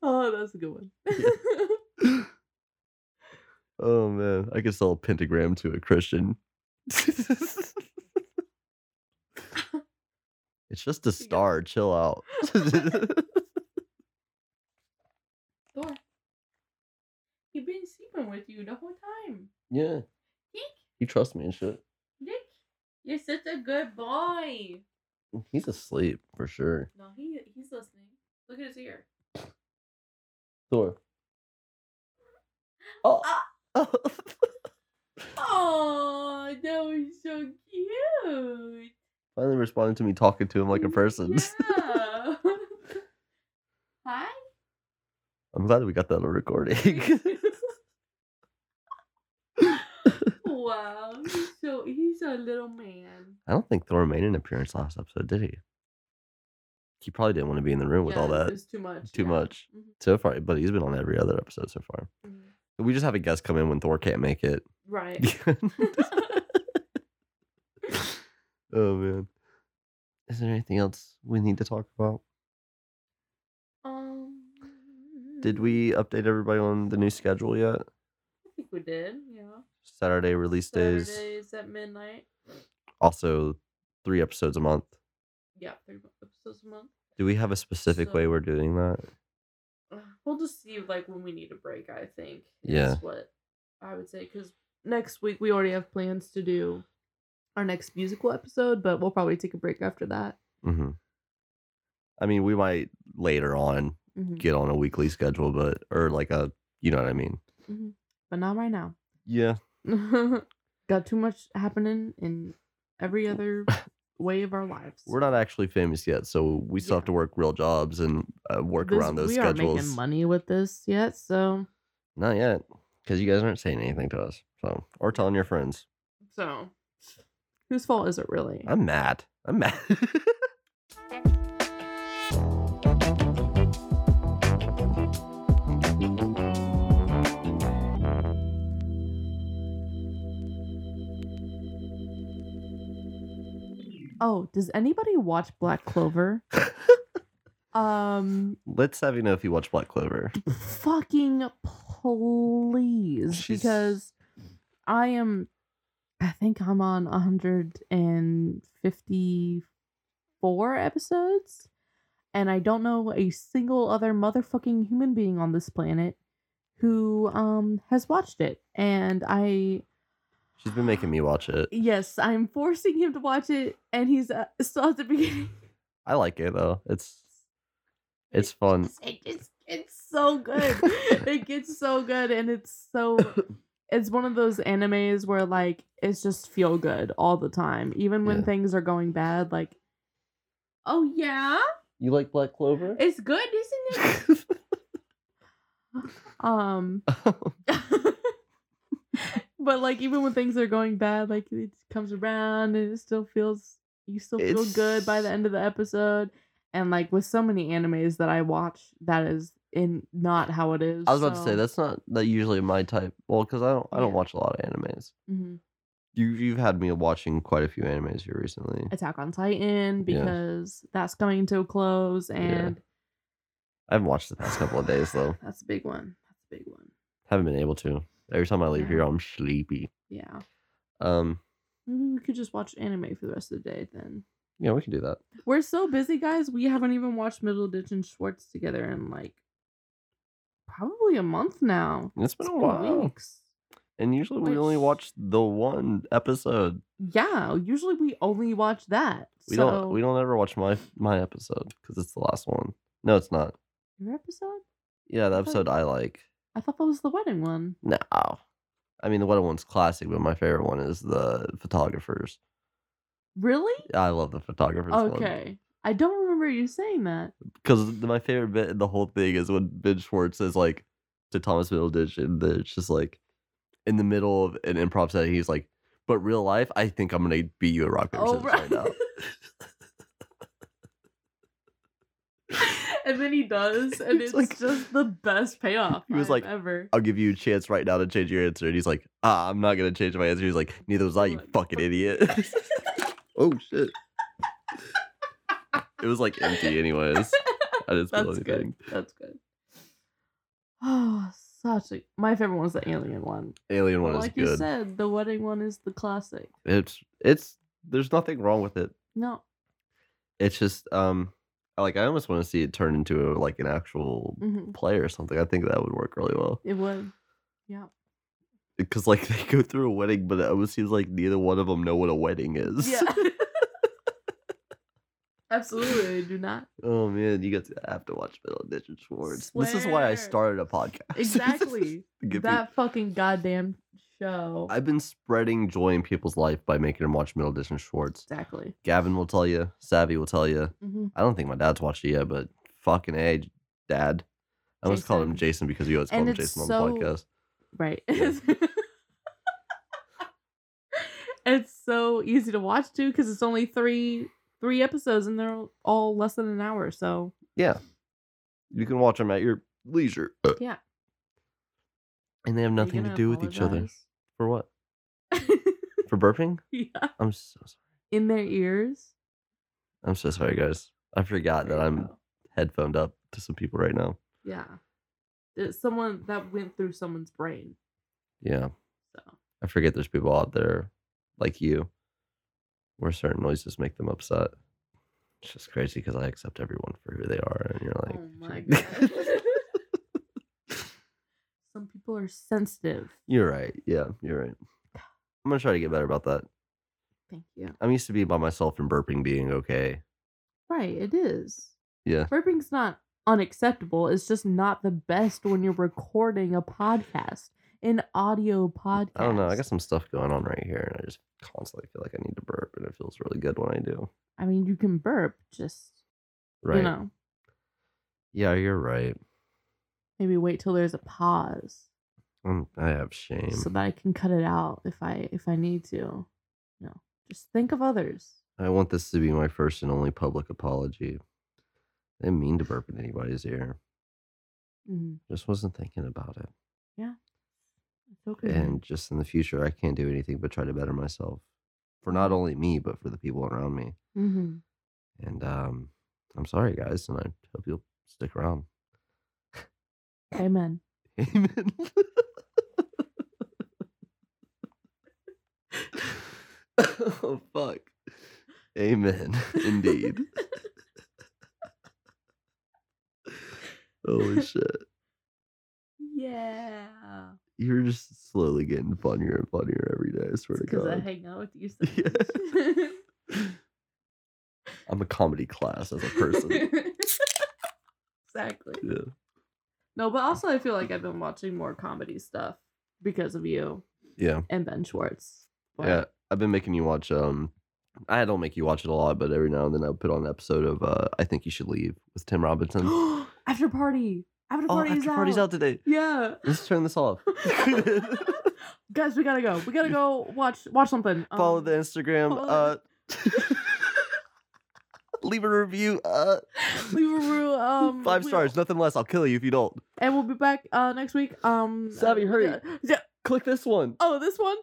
Speaker 1: oh, that's a good one.
Speaker 2: oh man, I could sell a pentagram to a Christian. it's just a star. Chill out.
Speaker 1: Thor, you've been sleeping with you the whole time.
Speaker 2: yeah,
Speaker 1: Dick,
Speaker 2: he trusts me and shit.
Speaker 1: Dick, you're such a good boy.
Speaker 2: Mm, He's asleep for sure.
Speaker 1: No, he he's listening. Look at his ear.
Speaker 2: Thor.
Speaker 1: Uh,
Speaker 2: Oh.
Speaker 1: Oh, that was so cute.
Speaker 2: Finally responded to me talking to him like a person.
Speaker 1: Mm, Yeah. Hi.
Speaker 2: I'm glad we got that on recording.
Speaker 1: wow. He's so he's a little man.
Speaker 2: I don't think Thor made an appearance last episode, did he? He probably didn't want to be in the room with all
Speaker 1: Yeah,
Speaker 2: that.
Speaker 1: It's too much.
Speaker 2: too
Speaker 1: yeah.
Speaker 2: much
Speaker 1: Mhm,
Speaker 2: so far, but he's been on every other episode so far.
Speaker 1: mhm.
Speaker 2: We just have a guest come in when Thor can't make it.
Speaker 1: Right.
Speaker 2: oh man, is there anything else we need to talk about?
Speaker 1: um.
Speaker 2: Did we update everybody on the new schedule yet?
Speaker 1: I think we did. Yeah.
Speaker 2: Saturday release days,
Speaker 1: Saturdays at midnight.
Speaker 2: also three episodes a month.
Speaker 1: Yeah, three mo- episodes a month.
Speaker 2: Do we have a specific
Speaker 1: So-
Speaker 2: way we're doing that?
Speaker 1: Ugh, We'll just see like when we need a break. I think. is
Speaker 2: Yeah.
Speaker 1: what I would say because next week we already have plans to do our next musical episode, but we'll probably take a break after that.
Speaker 2: hmm I mean, we might later on
Speaker 1: Mhm,
Speaker 2: get on a weekly schedule, but or like a, you know what I mean?
Speaker 1: mhm. But not right now.
Speaker 2: Yeah,
Speaker 1: Got too much happening in every other way of our lives.
Speaker 2: We're not actually famous yet, so we still
Speaker 1: Yeah.
Speaker 2: have to work real jobs and uh, work
Speaker 1: This-
Speaker 2: around those
Speaker 1: we aren't making
Speaker 2: schedules.
Speaker 1: money with this yet, so
Speaker 2: Not yet, because you guys aren't saying anything to us, so or telling your friends.
Speaker 1: so whose fault is it really?
Speaker 2: I'm mad. I'm mad.
Speaker 1: Oh, does anybody watch Black Clover? um,
Speaker 2: Let's have you know if you watch Black Clover.
Speaker 1: fucking please,
Speaker 2: She's-
Speaker 1: because I am. I think I'm on 154 episodes, and I don't know a single other motherfucking human being on this planet who um has watched it, and I
Speaker 2: She's been making me watch it.
Speaker 1: Yes, I'm forcing him to watch it, and he's uh, still at the beginning.
Speaker 2: I like it though. It's it's fun.
Speaker 1: It just, it's so good. it gets so good, and it's so. It's one of those animes where like it's just feel good all the time, even when
Speaker 2: Yeah.
Speaker 1: things are going bad. Like, oh yeah,
Speaker 2: You like Black Clover?
Speaker 1: it's good, isn't it? um, but like even when things are going bad, like it comes around and it still feels you still feel good by the
Speaker 2: It's-
Speaker 1: end of the episode. And like with so many animes that I watch, that is in not how it is.
Speaker 2: I was about to say
Speaker 1: so-
Speaker 2: that's not that usually my type. Well, because I don't I don't
Speaker 1: Yeah.
Speaker 2: watch a lot of animes.
Speaker 1: Mhm.
Speaker 2: You you've had me watching quite a few animes here recently.
Speaker 1: Attack on Titan because that's coming to a close, and
Speaker 2: I haven't watched the past couple of days though.
Speaker 1: that's a big one. That's a big one.
Speaker 2: Haven't been able to. Every time I leave
Speaker 1: Yeah.
Speaker 2: here, I'm sleepy.
Speaker 1: Yeah,
Speaker 2: Um,
Speaker 1: maybe we could just watch anime for the rest of the day then.
Speaker 2: yeah, we can do that.
Speaker 1: We're so busy, guys. We haven't even watched Middle Ditch and Schwartz together in like probably a month now.
Speaker 2: It's been
Speaker 1: It's
Speaker 2: a
Speaker 1: been
Speaker 2: while,
Speaker 1: weeks.
Speaker 2: and usually we only
Speaker 1: Which-
Speaker 2: watch the one episode.
Speaker 1: Yeah, usually we only watch that.
Speaker 2: We
Speaker 1: so
Speaker 2: don't we don't ever watch my my episode because it's the last one. No, it's not.
Speaker 1: your episode?
Speaker 2: Yeah, the
Speaker 1: I thought-
Speaker 2: episode I like.
Speaker 1: I thought that was the wedding one.
Speaker 2: No, I mean the wedding one's classic, but my favorite one is the photographers.
Speaker 1: Really?
Speaker 2: I love the photographers.
Speaker 1: Okay. I don't remember you saying that.
Speaker 2: because my favorite bit in the whole thing is when Ben Schwartz is like to Thomas Middleditch, and the- it's just like in the middle of an improv setting, he's like, "But real life, I think I'm gonna beat you at rock paper
Speaker 1: Oh,
Speaker 2: scissors right. now."
Speaker 1: right. and then he does, and it's,
Speaker 2: It's like-
Speaker 1: just the best payoff.
Speaker 2: He was
Speaker 1: I've
Speaker 2: like,
Speaker 1: ever.
Speaker 2: I'll give you a chance right now to change your answer, and he's like, "Ah, I'm not gonna change my answer." He's like, "Neither was I, you
Speaker 1: Look.
Speaker 2: fucking idiot." oh shit! It was like empty, anyways. I didn't
Speaker 1: That's
Speaker 2: feel
Speaker 1: good.
Speaker 2: anything.
Speaker 1: That's good. Oh, such a my favorite one is the alien one.
Speaker 2: Alien one
Speaker 1: But
Speaker 2: is
Speaker 1: like you
Speaker 2: good.
Speaker 1: said, the wedding one is the classic.
Speaker 2: It's it's there's nothing wrong with it.
Speaker 1: No,
Speaker 2: it's just um like I almost want to see it turn into like an actual
Speaker 1: hmm
Speaker 2: play or something. I think that would work really well
Speaker 1: it would. Yeah.
Speaker 2: because like they go through a wedding, but it almost seems like neither one of them know what a wedding is.
Speaker 1: Yeah. Absolutely, I do not.
Speaker 2: Oh man, you guys have to watch Middle Ditch and Schwartz. This is why I
Speaker 1: Swear.
Speaker 2: started a podcast.
Speaker 1: Exactly.
Speaker 2: Give me-
Speaker 1: that fucking goddamn show.
Speaker 2: I've been spreading joy in people's life by making them watch Middle Ditch and Schwartz.
Speaker 1: exactly.
Speaker 2: Gavin will tell you. Savvy will tell you.
Speaker 1: hmm
Speaker 2: I don't think my dad's watched it yet, but fucking a dad. I almost called him Jason because you always called
Speaker 1: And
Speaker 2: him
Speaker 1: it's
Speaker 2: Jason
Speaker 1: so-
Speaker 2: on the podcast.
Speaker 1: Right.
Speaker 2: Yeah.
Speaker 1: it's so easy to watch too because it's only three three episodes and they're all less than an hour. So
Speaker 2: Yeah. You can watch them at your leisure.
Speaker 1: Yeah.
Speaker 2: And they have nothing to do with each other. For what?
Speaker 1: other.
Speaker 2: For burping?
Speaker 1: yeah.
Speaker 2: I'm so sorry.
Speaker 1: In their ears.
Speaker 2: I'm so sorry, guys. I forgot that I'm headphoned up to some people right now.
Speaker 1: Oh, Yeah. It's someone that went through someone's brain.
Speaker 2: Yeah.
Speaker 1: So
Speaker 2: I forget there's people out there like you where certain noises make them upset. It's just crazy because I accept everyone for who they are. And you're like,
Speaker 1: Oh my god. Some people are sensitive.
Speaker 2: you're right. Yeah, you're right. I'm going to try to get better about that.
Speaker 1: Thank you.
Speaker 2: I'm used to being by myself and burping being okay.
Speaker 1: Right, it is.
Speaker 2: Yeah.
Speaker 1: Burping's not unacceptable. It's just not the best when you're recording a podcast. an audio podcast.
Speaker 2: I don't know. I got some stuff going on right here, and I just constantly feel like I need to burp, and it feels really good when I do.
Speaker 1: I mean, you can burp, just
Speaker 2: Right?
Speaker 1: you know,
Speaker 2: Yeah, you're right.
Speaker 1: maybe wait till there's a pause
Speaker 2: Um, I have shame.
Speaker 1: so that I can cut it out if I if I need to. You know, just think of others.
Speaker 2: I want this to be my first and only public apology. I didn't mean to burp in anybody's ear.
Speaker 1: Mhm.
Speaker 2: Just wasn't thinking about it.
Speaker 1: It's okay. man.
Speaker 2: And just in the future, I can't do anything but try to better myself for not only me, but for the people around me.
Speaker 1: Mhm.
Speaker 2: And um, I'm sorry, guys, and I hope you'll stick around.
Speaker 1: Amen.
Speaker 2: Amen. oh, fuck. Amen. Indeed. Holy shit.
Speaker 1: yeah.
Speaker 2: You're just slowly getting funnier and funnier every day, I swear to
Speaker 1: Because
Speaker 2: God.
Speaker 1: I hang out with you so much.
Speaker 2: I'm a comedy class as a person.
Speaker 1: exactly.
Speaker 2: yeah.
Speaker 1: No, but also I feel like I've been watching more comedy stuff because of you
Speaker 2: Yeah.
Speaker 1: and Ben Schwartz. But-
Speaker 2: Yeah. I've been making you watch um I don't make you watch it a lot, but every now and then I'll put on an episode of uh I Think You Should Leave with Tim Robinson.
Speaker 1: after party. After
Speaker 2: oh,
Speaker 1: party's
Speaker 2: after
Speaker 1: out.
Speaker 2: party's out today.
Speaker 1: Yeah.
Speaker 2: Let's turn this off.
Speaker 1: Guys, we gotta go. We gotta go watch watch something.
Speaker 2: Follow
Speaker 1: Um,
Speaker 2: the Instagram. Uh
Speaker 1: follow
Speaker 2: leave a review. Uh
Speaker 1: leave a review. Um,
Speaker 2: five
Speaker 1: we-
Speaker 2: stars, nothing less. I'll kill you if you don't.
Speaker 1: and we'll be back uh next week. Um,
Speaker 2: Savvy,
Speaker 1: uh,
Speaker 2: hurry.
Speaker 1: yeah, yeah.
Speaker 2: Click this one.
Speaker 1: Oh, this one.